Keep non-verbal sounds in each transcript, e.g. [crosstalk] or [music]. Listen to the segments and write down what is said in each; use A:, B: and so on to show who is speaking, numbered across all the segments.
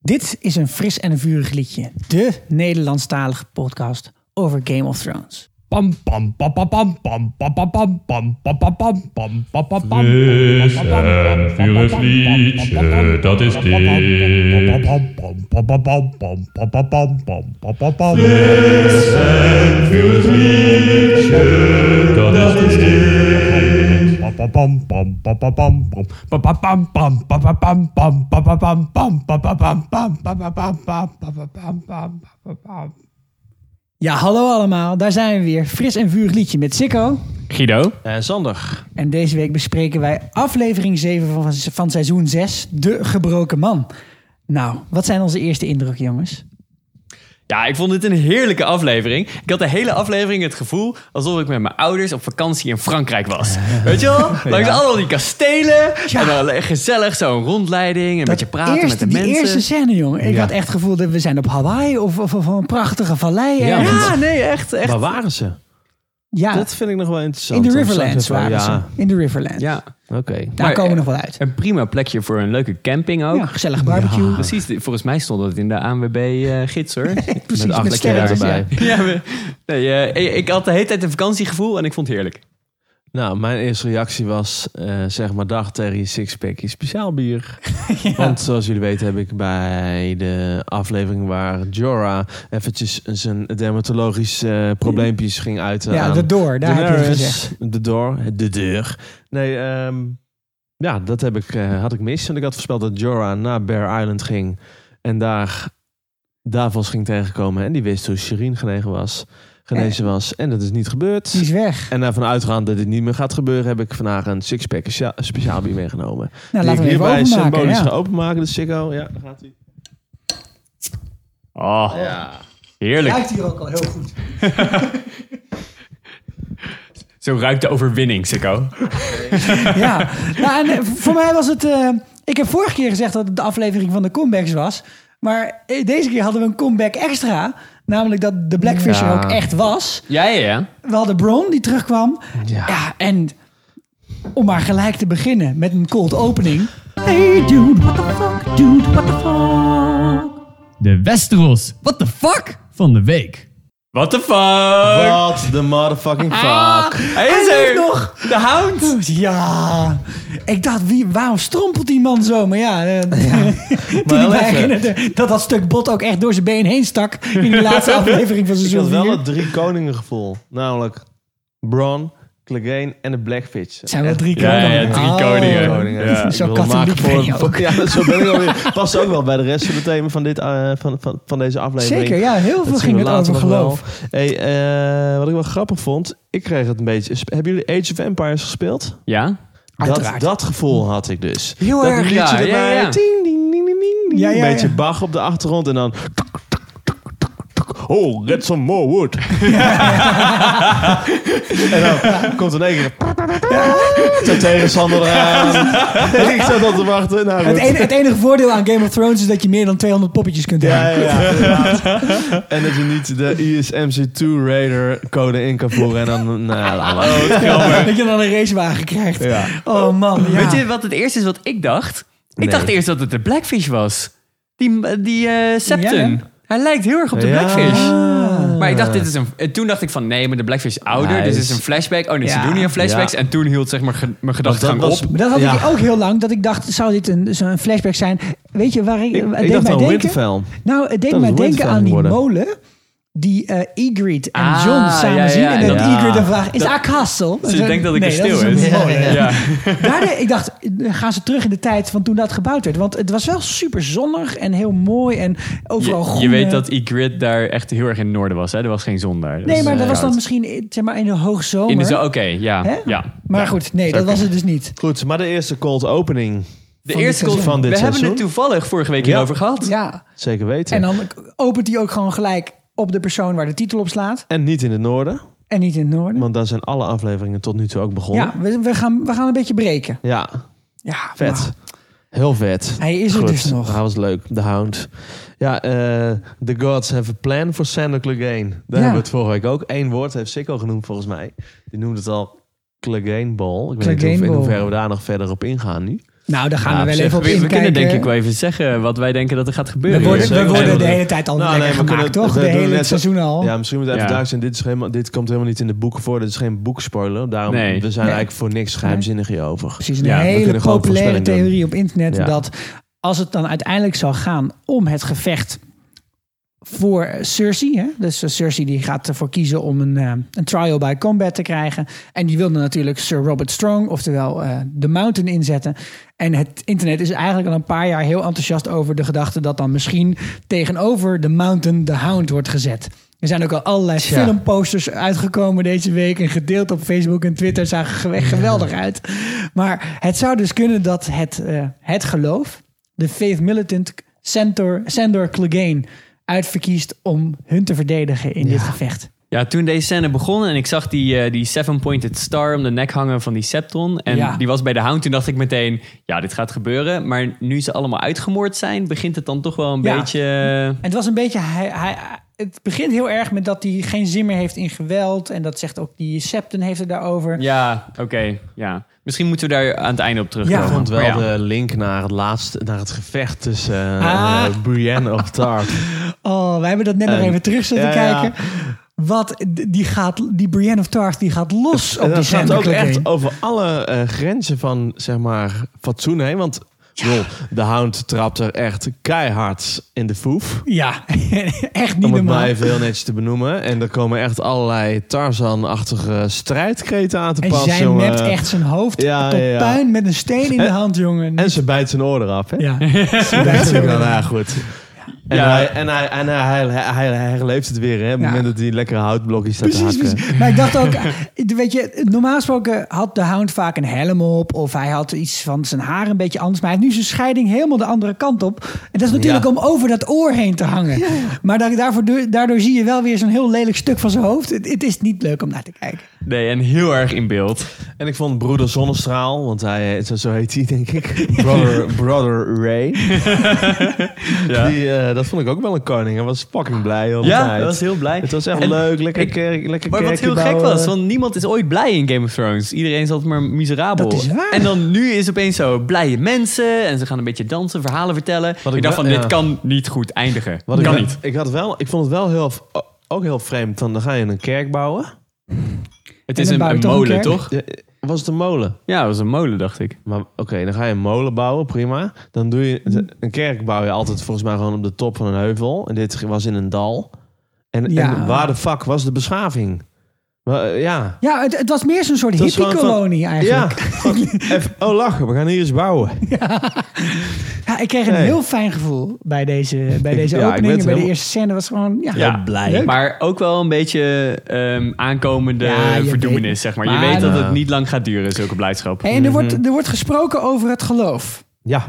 A: Dit is een fris en een vurig liedje. De Nederlandstalige podcast over Game of Thrones.
B: Pam pam pam pam pam pam pam pam pam pam pam pam pam pam pam pam pam
C: Fris en vurig liedje, dat is dit. Fris en vurig liedje, dat is dit.
A: Ja, hallo allemaal, daar zijn we weer. Fris en vurig liedje met Sikko.
B: Guido.
A: Eh,
D: En Sander.
A: En deze week bespreken wij aflevering 7 van, van seizoen 6, De Gebroken Man. Nou, wat zijn onze eerste indrukken, jongens?
D: Ja, ik vond dit een heerlijke aflevering. Ik had de hele aflevering het gevoel alsof ik met mijn ouders op vakantie in Frankrijk
A: [laughs]
D: was. Weet je wel? Langs allemaal die kastelen. En dan gezellig zo'n rondleiding. En een beetje praten
A: eerste,
D: met de
A: die
D: mensen.
A: eerste scène, jongen. Ik
B: Ja.
A: had echt het gevoel dat we zijn op Hawaii of, of, of een prachtige vallei.
B: Ja,
A: ergens.
D: Ja, nee, echt. echt.
E: Waar waren ze?
A: ja
E: Dat vind ik nog wel interessant.
A: in de
E: Om
A: Riverlands
E: straks even-
A: waren ze.
E: ja.
A: In de Riverlands.
D: Ja,
E: Oké.
A: Daar
D: Maar,
A: komen we
D: eh,
A: nog wel uit.
D: een prima plekje voor een leuke camping ook.
A: Ja, gezellig barbecue.
D: Precies, volgens mij stond dat in de ANWB-gids eh, hoor.
A: Precies,
E: Met
A: met,
E: acht lekker
A: sterretjes,
E: erbij.
A: [laughs] ja.
D: ja, we- [laughs] nee, eh, ik- ik had de hele tijd een vakantiegevoel en ik vond het heerlijk.
E: Nou, mijn eerste reactie was eh, zeg maar dag Terry Sixpackje speciaal bier. Want zoals jullie weten heb ik bij de aflevering waar Jorah eventjes zijn dermatologisch eh, probleempjes ging eh, uiten
A: Ja,
E: aan
A: de door, daar heb je het
E: Daenerys,
A: gezegd.
E: De door, de deur. Nee, ehm, ja, dat heb ik, eh, had ik mis. Want ik had voorspeld dat Jorah naar Bear Island ging. En daar Davos ging tegenkomen. En die wist hoe Shireen genegen was, genezen was. En dat is niet gebeurd.
A: Eh. Die is weg.
E: En daarvan uitgaand dat dit niet meer gaat gebeuren, heb ik vandaag een sixpack spe- speciaal bier meegenomen.
A: Nou, laten we
E: die ik
A: even
E: hierbij
A: openmaken.
E: symbolisch
A: Ja.
E: ga openmaken, de sicko. Ja, daar gaat hij.
D: Oh, heerlijk.
A: Ruikt hier ook al heel goed.
D: [laughs] Zo ruikt de overwinning, Sikko.
A: ja, nou, en eh, voor mij was het... eh, ik heb vorige keer gezegd dat het de aflevering van de comebacks was. Maar eh, deze keer hadden we een comeback extra. Namelijk dat de Blackfish er
E: Ja.
A: ook echt was.
D: Ja, ja, ja.
A: We hadden Bron die terugkwam. Ja. en om maar gelijk te beginnen met een cold opening. Hey dude, what the fuck, dude, what the fuck.
F: De Westeros. What the fuck? Van de week.
D: What the fuck?
E: What the motherfucking fuck.
D: Ah. Hij is
A: Hij
D: er!
A: leeft nog! Oh,
D: De hound!
A: Ja, ik dacht, wie, waarom strompelt die man zo? Maar ja, eh, [laughs] toen ik
E: heel
A: mij
E: even.
A: herinnerde dat dat stuk bot ook echt door zijn been heen stak in
E: [laughs]
A: de laatste aflevering van
E: Ik had
A: seizoen
E: wel
A: 4.
E: het drie koningen gevoel. Namelijk Bron, Clegane en de Blackfish.
A: zijn wel drie
D: Ja,
A: koningen.
D: ja, drie
A: Oh.
D: koningen.
E: Koningen.
D: Ja.
E: Ik
A: Zo
E: wil
A: katholiek
E: maken voor-
A: ben je ook.
E: Ja, zo ben ik alweer. Past ook wel bij de rest van het thema van, dit, eh, van, van, van deze aflevering.
A: Zeker, ja, heel veel
E: Dat zien
A: ging
E: we
A: het
E: later
A: over
E: nog wel.
A: geloof.
E: Hey, eh, wat ik wel grappig vond, ik kreeg het een beetje. sp- Hebben jullie Age of Empires gespeeld?
D: Ja?
E: Dat,
A: Uiteraard.
E: dat gevoel had ik dus.
A: Heel
E: dat
A: erg,
E: liedje
D: ja,
E: erbij,
D: ja, ja.
E: Ding, ding, ding, ding, ding, ding.
A: Ja, ja,
E: Een beetje
A: ja.
E: Bach op de achtergrond en dan. Oh, get some more wood. [laughs] en dan komt in één keer. Zijn tegenstander eraan. En ik zat al te wachten. Nou,
A: Het
E: goed.
A: enige, het enige voordeel aan Game of Thrones is dat je meer dan 200 poppetjes kunt hebben.
E: Ja, ja, ja, inderdaad. En dat je niet de E ISMC2 Raider code in kan voeren. En dan, nou, laat maar.
A: Oh, [laughs] dat je dan een racewagen krijgt.
E: Ja.
A: Oh man, ja.
D: Weet je wat het eerste is wat ik dacht? Ik
E: Nee.
D: dacht eerst dat het de Blackfish was. Die, die eh, Septon.
A: Ja, hè? Ah.
D: Hij lijkt heel erg op de
E: Ja.
D: Blackfish. Maar ik dacht, dit is een. eh, Toen dacht ik van nee, maar de Blackfish is ouder.
E: Nice.
D: Dus dit is een flashback. Oh nee,
A: Ja.
D: ze doen hier flashbacks.
E: Ja.
D: En toen hield zeg maar ge- mijn gedachtegang
E: was-
D: op.
A: Maar dat had ik
E: Ja.
A: ook heel lang, dat ik dacht, zou dit een, zo'n flashback zijn? Weet je waar ik,
E: Ik,
A: het
E: ik
A: deed
E: dacht
A: mij
E: aan
A: denken?
E: Winterfell.
A: Nou, het deed
E: Dat
A: mij
E: is
A: denken
E: Winterfell
A: aan die
E: geworden.
A: molen die eh Ygritte en
D: Ah,
A: John samen
D: ja, ja,
A: zien. En
D: ja.
A: dat
E: Ja.
A: Ygritte dan vraagt, is dat, haar castle?
D: Ze denkt dat Dus ik
A: nee,
D: een stil
A: dat
D: is.
A: is. een [laughs] molen.
D: Ja.
A: Daar de- ik dacht, eh, gaan ze terug in de tijd van toen dat gebouwd werd? Want het was wel super zonnig en heel mooi en overal
D: Je,
A: groen.
D: je weet dat Ygritte daar echt heel erg in het noorden was. Hè? Er was geen zon daar. Dat
A: Nee,
D: was,
A: maar
D: eh,
A: dat was dan
D: koud.
A: misschien zeg maar, in de hoogzomer.
D: In de zo- Oké, ja.
A: Hè?
D: ja.
A: Maar
D: Ja.
A: goed, nee, dat was het dus niet.
E: Goed, maar de eerste cold opening.
D: De
A: Van
D: eerste
A: dit
E: seizoen.
D: goal
E: Van dit
D: We hebben
E: seizoen.
D: het toevallig vorige week
E: Ja.
D: hierover gehad.
A: Ja,
E: Zeker weten.
A: en
E: En,
A: dan opent hij ook gewoon gelijk op de persoon waar de titel op slaat.
E: niet in het noorden,
A: En niet in het noorden.
E: want daar zijn alle afleveringen tot nu toe ook begonnen.
A: Ja,
E: Ja,
A: we, we, gaan, we gaan een beetje breken. Ja,
E: vet.
A: maar
E: Heel vet.
A: Hij is er dus nog.
D: Nou,
E: Dat was leuk, The Hound. Ja, eh, the gods have a plan for Sander Clegane. Daar hebben we het vorige week ook. Eén woord heeft Sikko genoemd volgens mij. Die noemde het al Clegane Ball. Ik weet niet
A: Clegane
E: hoe- in
A: Ball.
E: hoeverre we daar nog verder op ingaan nu.
A: Nou, daar gaan
E: Ja,
A: we wel
E: op zich,
A: even op
D: We, we
A: inkijken.
D: kunnen denk ik wel even zeggen wat wij denken dat er gaat gebeuren. Dus, eh,
A: We worden,
E: Zeker.
A: we worden de
E: Nee,
A: hele tijd al
E: Nou,
A: lekker
E: nee, we
A: gemaakt,
E: kunnen-
A: toch?
E: we
A: De
E: doen
A: hele
E: net-
A: seizoen al.
E: Ja, misschien moet het even
D: Ja.
E: duidelijk zijn. Dit, is helemaal, dit komt helemaal niet in de boeken voor. Dit is geen boekspoiler. Daarom
D: Nee.
E: we zijn
A: Nee.
E: eigenlijk voor niks geheimzinnig hierover.
A: Precies, een
D: Ja, we
A: hele
E: kunnen gewoon
A: populaire
E: voorspelling doen.
A: theorie op internet
E: Ja.
A: dat als het dan uiteindelijk zou gaan om het gevecht voor eh, Cersei, hè? dus eh, Cersei die gaat ervoor kiezen om een, eh, een trial by combat te krijgen en die wilde natuurlijk Sir Robert Strong, oftewel eh, de Mountain inzetten. En het internet is eigenlijk al een paar jaar heel enthousiast over de gedachte dat dan misschien tegenover de Mountain de Hound wordt gezet. Er zijn ook al allerlei filmposters uitgekomen deze week en gedeeld op Facebook en Twitter. Zagen er geweldig uit. Maar het zou dus kunnen dat het, eh, het geloof, de faith militant Sandor, Sandor Clegane, uitverkiest om hun te verdedigen in dit gevecht.
D: Ja, toen deze scène begon en ik zag die, eh, die seven-pointed star om de nek hangen van die Septon. En
A: Ja.
D: die was bij de Hound. Toen dacht ik meteen, ja, dit gaat gebeuren. Maar nu ze allemaal uitgemoord zijn, begint het dan toch wel een
A: Ja.
D: beetje... eh,
A: En het was een beetje. Hij, hij, het begint heel erg met dat hij geen zin meer heeft in geweld. En dat zegt ook die Septon heeft het daarover.
D: Ja, oké, ja. Misschien moeten we daar aan het einde op terugkomen.
A: Ja.
E: Ik vond wel
D: Maar ja.
E: de link naar het, laatste, naar het gevecht tussen eh,
A: Ah.
E: eh, Brienne
A: [laughs]
E: of Tarth.
A: Oh, wij hebben dat net nog
E: En-
A: even terug zitten
E: Ja, ja.
A: kijken. Wat, d- die, gaat, die Brienne of Tarth die gaat los op
E: En
A: die
E: dat gaat
A: Sandor
E: ook
A: Clegane.
E: echt over alle eh, grenzen van, zeg maar, fatsoen heen. Want joh, de hound trapt er echt keihard in de foef.
A: Ja, [laughs] echt niet
E: Om het
A: normaal.
E: maar even heel netjes te benoemen. En er komen echt allerlei Tarzan-achtige strijdkreten aan te
A: En
E: pas.
A: zij
E: jongen.
A: mept echt zijn hoofd
E: Ja,
A: tot
E: ja, ja.
A: puin met een steen in de hand, jongen.
E: En ze bijt zijn oor eraf, hè?
A: ja.
E: [laughs] Dat is ook
A: [laughs]
E: wel erg goed. En,
D: Ja.
E: hij, en, hij, en hij, hij, hij, hij herleeft het weer, hè? Op het
A: Ja.
E: moment dat hij lekkere houtblokjes staat te
A: Precies,
E: hakken.
A: precies. Maar ik dacht ook, eh, weet je, normaal gesproken had de hound vaak een helm op. Of hij had iets van zijn haar een beetje anders. Maar hij heeft nu zijn scheiding helemaal de andere kant op. En dat is natuurlijk
E: Ja.
A: om over dat oor heen te hangen. Maar daar- daarvoor, daardoor zie je wel weer zo'n heel lelijk stuk van zijn hoofd. Het, het is niet leuk om naar te kijken.
D: Nee, en heel erg in beeld.
E: En ik vond broeder Zonnestraal, want hij, eh, zo- zo heet hij denk
D: [laughs]
E: ik, brother, brother Ray. Die, eh, dat vond ik ook wel een koning. Hij was fucking blij al
D: Ja, dat was heel blij.
E: Het was echt
D: En
E: leuk, lekker
D: ik-
E: kerk, lekker
D: Maar wat
E: kerkje
D: heel gek
E: bouwen.
D: was, want niemand is ooit blij in Game of Thrones. Iedereen is altijd maar miserabel.
A: Dat is waar.
D: En dan nu is opeens zo blije mensen en ze gaan een beetje dansen, verhalen vertellen.
E: Wat
D: ik,
E: ik
D: dacht van,
E: wel- ja.
D: dit kan niet goed eindigen.
E: Wat ik,
D: kan
E: wel-
D: niet.
E: Ik, had wel, ik vond het wel heel, ook heel vreemd, van dan ga je een kerk bouwen.
D: Het
A: En
D: is
A: dan
D: een,
A: bouw je
D: een
A: toch een
D: molen,
A: kerk?
D: toch?
E: Ja, eh, was het een molen?
D: Ja, dat was een molen, dacht ik.
E: Maar oké, dan ga je een molen bouwen, prima. Dan doe je een kerk bouw je altijd volgens mij gewoon op de top van een heuvel. En dit was in een dal. En,
A: Ja.
E: en waar de fuck was de beschaving? Wa- eh, ja.
A: Ja, het, het was meer zo'n soort
E: Het was gewoon
A: hippie-kolonie
E: Ja.
A: eigenlijk. [laughs]
E: Even- oh, lachen. We gaan hier eens bouwen.
A: Ja. ik kreeg een
E: Nee.
A: heel fijn gevoel bij deze, bij
E: Ik-
A: deze
E: [laughs] ja, ik
A: opening.
E: ben
A: en Bij
E: het
A: de
E: helemaal-
A: eerste scène was gewoon... Ja,
E: blij.
A: Leuk.
D: Maar ook wel een beetje ehm, aankomende
A: Ja, je
D: verdoemenis,
A: weet-
D: zeg maar.
A: maar-
D: Je weet dat
E: Ja.
D: het niet lang gaat duren, zulke blijdschap.
A: En er
E: Mhm.
A: wordt, er wordt gesproken over het geloof.
E: Ja.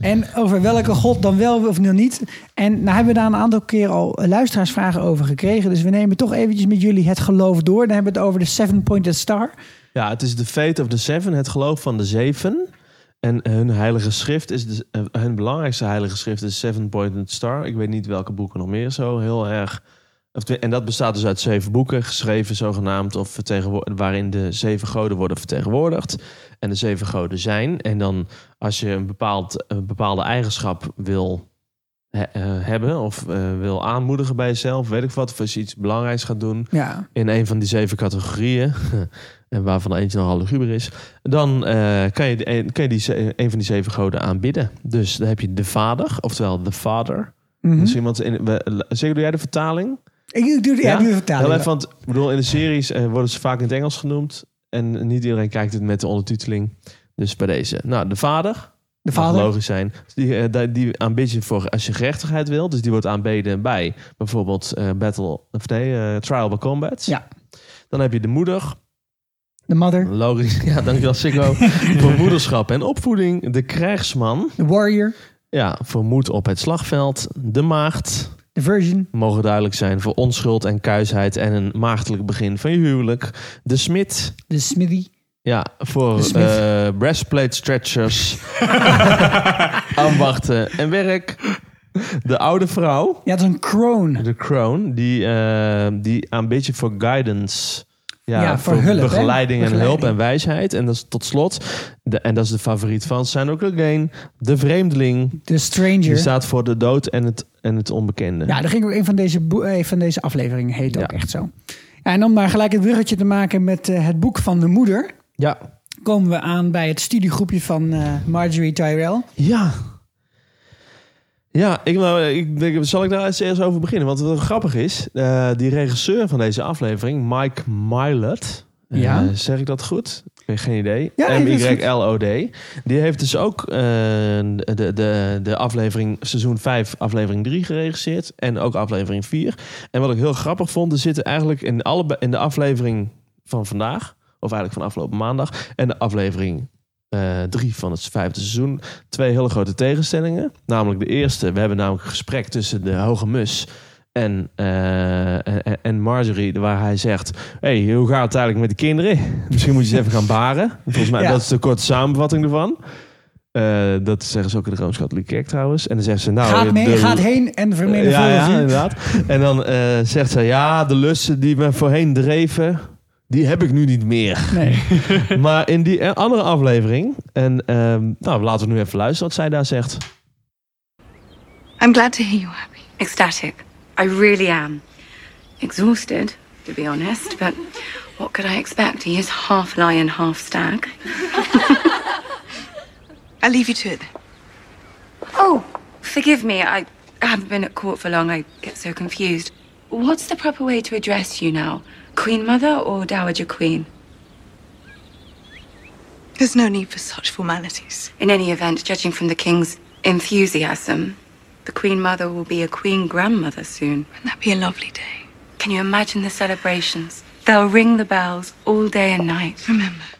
A: En over welke god dan wel of dan niet. En nou hebben we daar een aantal keer al luisteraarsvragen over gekregen. Dus we nemen toch eventjes met jullie het geloof door. Dan hebben we het over de seven-pointed star.
E: ja, het is de fate of the seven. Het geloof van de zeven. En hun heilige schrift is... De, eh, hun belangrijkste heilige schrift is Seven Pointed Star. Ik weet niet welke boeken nog meer zo heel erg... of twe- En dat bestaat dus uit zeven boeken, geschreven zogenaamd, of vertegenwoor- waarin de zeven goden worden vertegenwoordigd. En de zeven goden zijn. En dan als je een, bepaald, een bepaalde eigenschap wil he- eh, hebben of eh, wil aanmoedigen bij jezelf, weet ik wat, of als je iets belangrijks gaat doen,
A: Ja.
E: in een van die zeven categorieën, [laughs] en waarvan eentje nogal luguber is, dan eh, kan je, de- kan je die, ze- een van die zeven goden aanbidden. Dus dan heb je de vader, oftewel de vader.
A: Mhm.
E: Dus iemand in, we- zeker doe jij de vertaling?
A: Ik, ik doe, ja, ik doe de vertaling.
E: Heel even, want ik bedoel, in de series eh, worden ze vaak in het Engels genoemd. En niet iedereen kijkt het met de ondertiteling. Dus bij deze. Nou, de vader.
A: de
E: mag
A: vader.
E: Logisch zijn. Dus die, eh, die- die aanbid je voor als je gerechtigheid wil. Dus die wordt aanbeden bij bijvoorbeeld eh, Battle of nee, eh, Trial by Combat.
A: Ja.
E: Dan heb je de moeder.
A: De mother.
E: Logisch. [laughs] Ja, dankjewel
A: [laughs]
E: Sikko. voor moederschap en opvoeding. De krijgsman.
A: De warrior.
E: Ja, voor moed op het slagveld. De maagd.
A: De virgin.
E: Mogen duidelijk zijn voor onschuld en kuisheid en een maagdelijk begin van je huwelijk. De smid.
A: De smithy.
E: Ja, voor
A: De smid.
E: eh,
A: [laughs]
E: breastplate stretchers. [laughs] Ambachten en werk. De oude vrouw.
A: Ja, dat is een kroon.
E: De kroon. Die, eh die aanbid je voor guidance. Ja,
A: Ja, voor
E: voor
A: hulp, hè?
E: begeleiding en
A: Begeleiding.
E: hulp en wijsheid. En dat is tot slot, de, en dat is de favoriet van Sandra Again, de vreemdeling.
A: The
E: Die
A: Stranger.
E: staat voor de dood en het, en het onbekende.
A: Ja, dat ging ook een van deze, boe- eh, van deze afleveringen heet ook
E: Ja.
A: echt zo. Ja, en om maar gelijk het bruggetje te maken met eh, het boek van de moeder,
E: Ja.
A: komen we aan bij het studiegroepje van eh, Marjorie Tyrell.
E: Ja. Ja, ik, nou, ik denk, zal ik daar eens eerst over beginnen? Want wat grappig is, eh, die regisseur van deze aflevering, Mike Milet. eh,
A: Ja.
E: zeg ik dat goed? Ik heb geen idee.
A: Ja, nee, dat is goed.
E: M-Y-L-O-D. Die heeft dus ook eh, de, de, de aflevering seizoen 5, aflevering 3 geregisseerd. En ook aflevering 4. En wat ik heel grappig vond, er zitten eigenlijk in, alle, in de aflevering van vandaag, of eigenlijk van afgelopen maandag, en de aflevering eh, drie van het vijfde seizoen, twee hele grote tegenstellingen. Namelijk de eerste, we hebben namelijk een gesprek tussen de hoge mus en, eh, en- en Marjorie, waar hij zegt, hey, hoe gaat het eigenlijk met de kinderen? [laughs] Misschien moet je eens even gaan baren. Volgens mij,
A: Ja.
E: dat is de korte samenvatting ervan. Eh, dat zeggen ze ook in de Rooms-Katholieke Kerk trouwens. En dan zegt ze, nou...
A: gaat mee,
E: de-
A: gaat heen en
E: ja,
A: vermenigvuldigt.
E: ja,
A: u.
E: inderdaad. En dan eh, zegt ze, ja, de lussen die me voorheen dreven, die heb ik nu niet meer. [laughs]
A: Nee.
E: maar in die eh, andere aflevering, en ehm, nou, laten we nu even luisteren wat zij daar zegt.
G: I'm glad to hear you're happy. Ecstatic. I really am. Exhausted, to be honest, but what could I expect? He is half lion, half stag.
H: I'll leave you to it.
G: Oh, forgive me. I haven't been at court for long. I get so confused. What's the proper way to address you now? Queen Mother or Dowager Queen?
H: There's no need for such formalities.
G: In any event, judging from the King's enthusiasm, the Queen Mother will be a Queen Grandmother soon.
H: Wouldn't that be a lovely day?
G: Can you imagine the celebrations? They'll ring the bells all day and night.
H: Remember,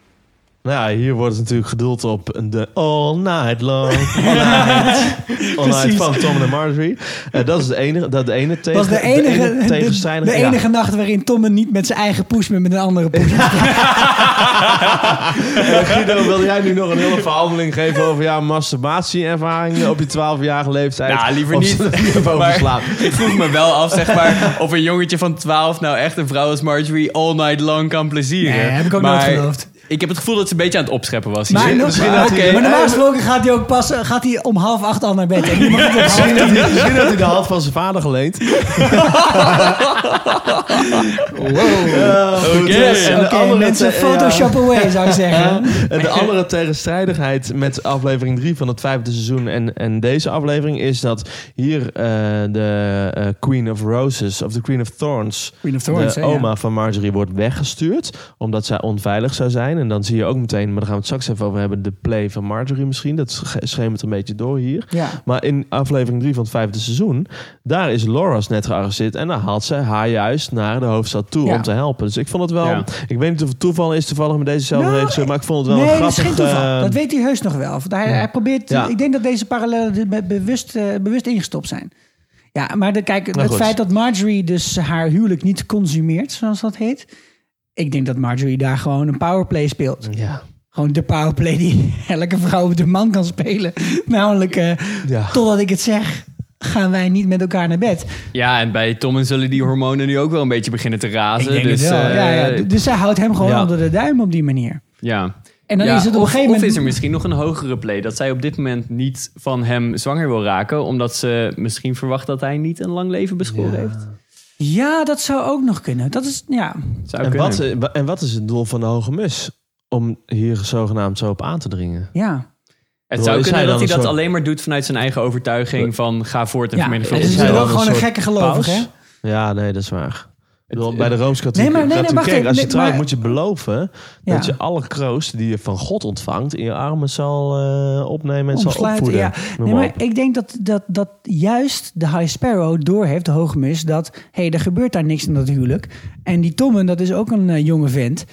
E: Nou ja, hier wordt het natuurlijk geduld op een de all night
A: [laughs]
E: long. All night, all night van Tom en Marjorie. Eh, dat is de enige, dat de ene tegen,
A: was de enige, de,
E: tegenstrijdige-
A: de
E: ja.
A: enige nacht waarin Tom hem niet met zijn eigen poes, maar met een andere poes.
E: [laughs] Eh, Guido, wil jij nu nog een hele verhandeling geven over jouw masturbatieervaringen op je 12-jarige leeftijd?
D: Nou, liever
E: Of
D: niet.
E: ze
D: [laughs]
E: er niet.
D: Maar
E: over slaap.
D: ik vroeg me wel af, zeg maar, of een jongetje van 12 nou echt een vrouw als Marjorie all night long kan plezieren.
A: Nee, heb ik ook
D: maar
A: nooit geloofd.
D: Ik heb het gevoel dat ze een beetje aan het opscheppen was.
A: Maar,
D: Hier.
A: nog, Ah,
E: misschien dat hij-
A: maar normaal gesproken gaat hij ook pas gaat hij om half acht al naar bed. En
E: [laughs]
A: niemand op half
E: Misschien dat, hij, misschien dat hij de hand van zijn vader geleend. wow.
D: Oké.
A: Oké,
E: En de andere eh,
A: mensen,
E: te-
A: Photoshop away zou ik
E: [laughs]
A: zeggen.
E: En de andere tegenstrijdigheid met aflevering 3 van het vijfde seizoen en, en deze aflevering is dat hier eh, de eh, Queen of Roses of de Queen of Thorns,
A: Queen of Thorns,
E: de
A: hè, ja.
E: oma van Marjorie, wordt weggestuurd omdat zij onveilig zou zijn. En dan zie je ook meteen, maar daar gaan we het straks even over hebben, de play van Marjorie misschien. Dat sche- schemert een beetje door hier.
A: Ja.
E: Maar in aflevering 3 van het vijfde seizoen, daar is Loras net gearresteerd. En dan haalt zij haar juist naar de hoofdstad toe
A: Ja.
E: om te helpen. Dus ik vond het wel.
D: Ja.
E: Ik weet niet of het toeval is toevallig met dezezelfde
A: Nou,
E: regisseur, maar ik vond het wel
A: Nee,
E: een
A: dat is
E: grappig.
A: geen toeval.
E: eh,
A: dat weet hij heus nog wel. Want Hij, hij probeert,
E: Ja.
A: Ik denk dat deze parallellen er be- bewust, eh, bewust ingestopt zijn. Ja, maar de, kijk, het
E: Nou goed.
A: feit dat Marjorie dus haar huwelijk niet consumeert, zoals dat heet. Ik denk dat Marjorie daar gewoon een powerplay speelt.
E: ja.
A: Gewoon de powerplay die [laughs] elke vrouw op de man kan spelen. [laughs] Namelijk, eh,
E: Ja.
A: totdat ik het zeg, gaan wij niet met elkaar naar bed.
D: Ja, en bij Tommen zullen die hormonen nu ook wel een beetje beginnen te razen. dus, eh,
A: ja, ja. Dus zij houdt hem gewoon
E: ja.
A: onder de duim op die manier.
D: ja.
A: En dan
D: Ja,
A: is het Nou, op
D: of,
A: een gegeven
D: of
A: moment...
D: is er misschien nog een hogere play dat zij op dit moment niet van hem zwanger wil raken, omdat ze misschien verwacht dat hij niet een lang leven beschoren heeft?
A: Ja, dat zou ook nog kunnen. Dat is, ja.
D: Zou
E: En,
D: kunnen.
E: wat, eh, wa- en wat is het doel van de Hoge Mus? Om hier zogenaamd zo op aan te dringen.
A: ja.
D: Het zou
E: Is hij dan
D: kunnen dat hij
E: een
D: dat
E: soort-
D: alleen maar doet vanuit zijn eigen overtuiging van ga voort en
A: Ja,
D: vermenigvuldig.
A: het is
E: hij
A: er
E: dan
A: ook gewoon een
E: soort
A: gekke gelovig,
E: paus?
A: hè?
E: Ja, nee, dat is waar. Ik bedoel, Bij de Rooms-Katholieke
A: Nee, maar- nee, nee,
E: Katholieke
A: wacht
E: Kerk,
A: even,
E: als je
A: nee,
E: trouwt,
A: maar-
E: moet je beloven
A: Ja.
E: dat je alle kroost die je van God ontvangt in je armen zal eh, opnemen en zal
A: Omsluiten,
E: opvoeden.
A: ja.
E: Noem
A: Nee,
E: maar
A: maar
E: op.
A: ik denk dat, dat, dat juist de High Sparrow doorheeft, de hoogmis, dat hé, hey, er gebeurt daar niks in dat huwelijk. En die Tommen, dat is ook een eh, jonge vent.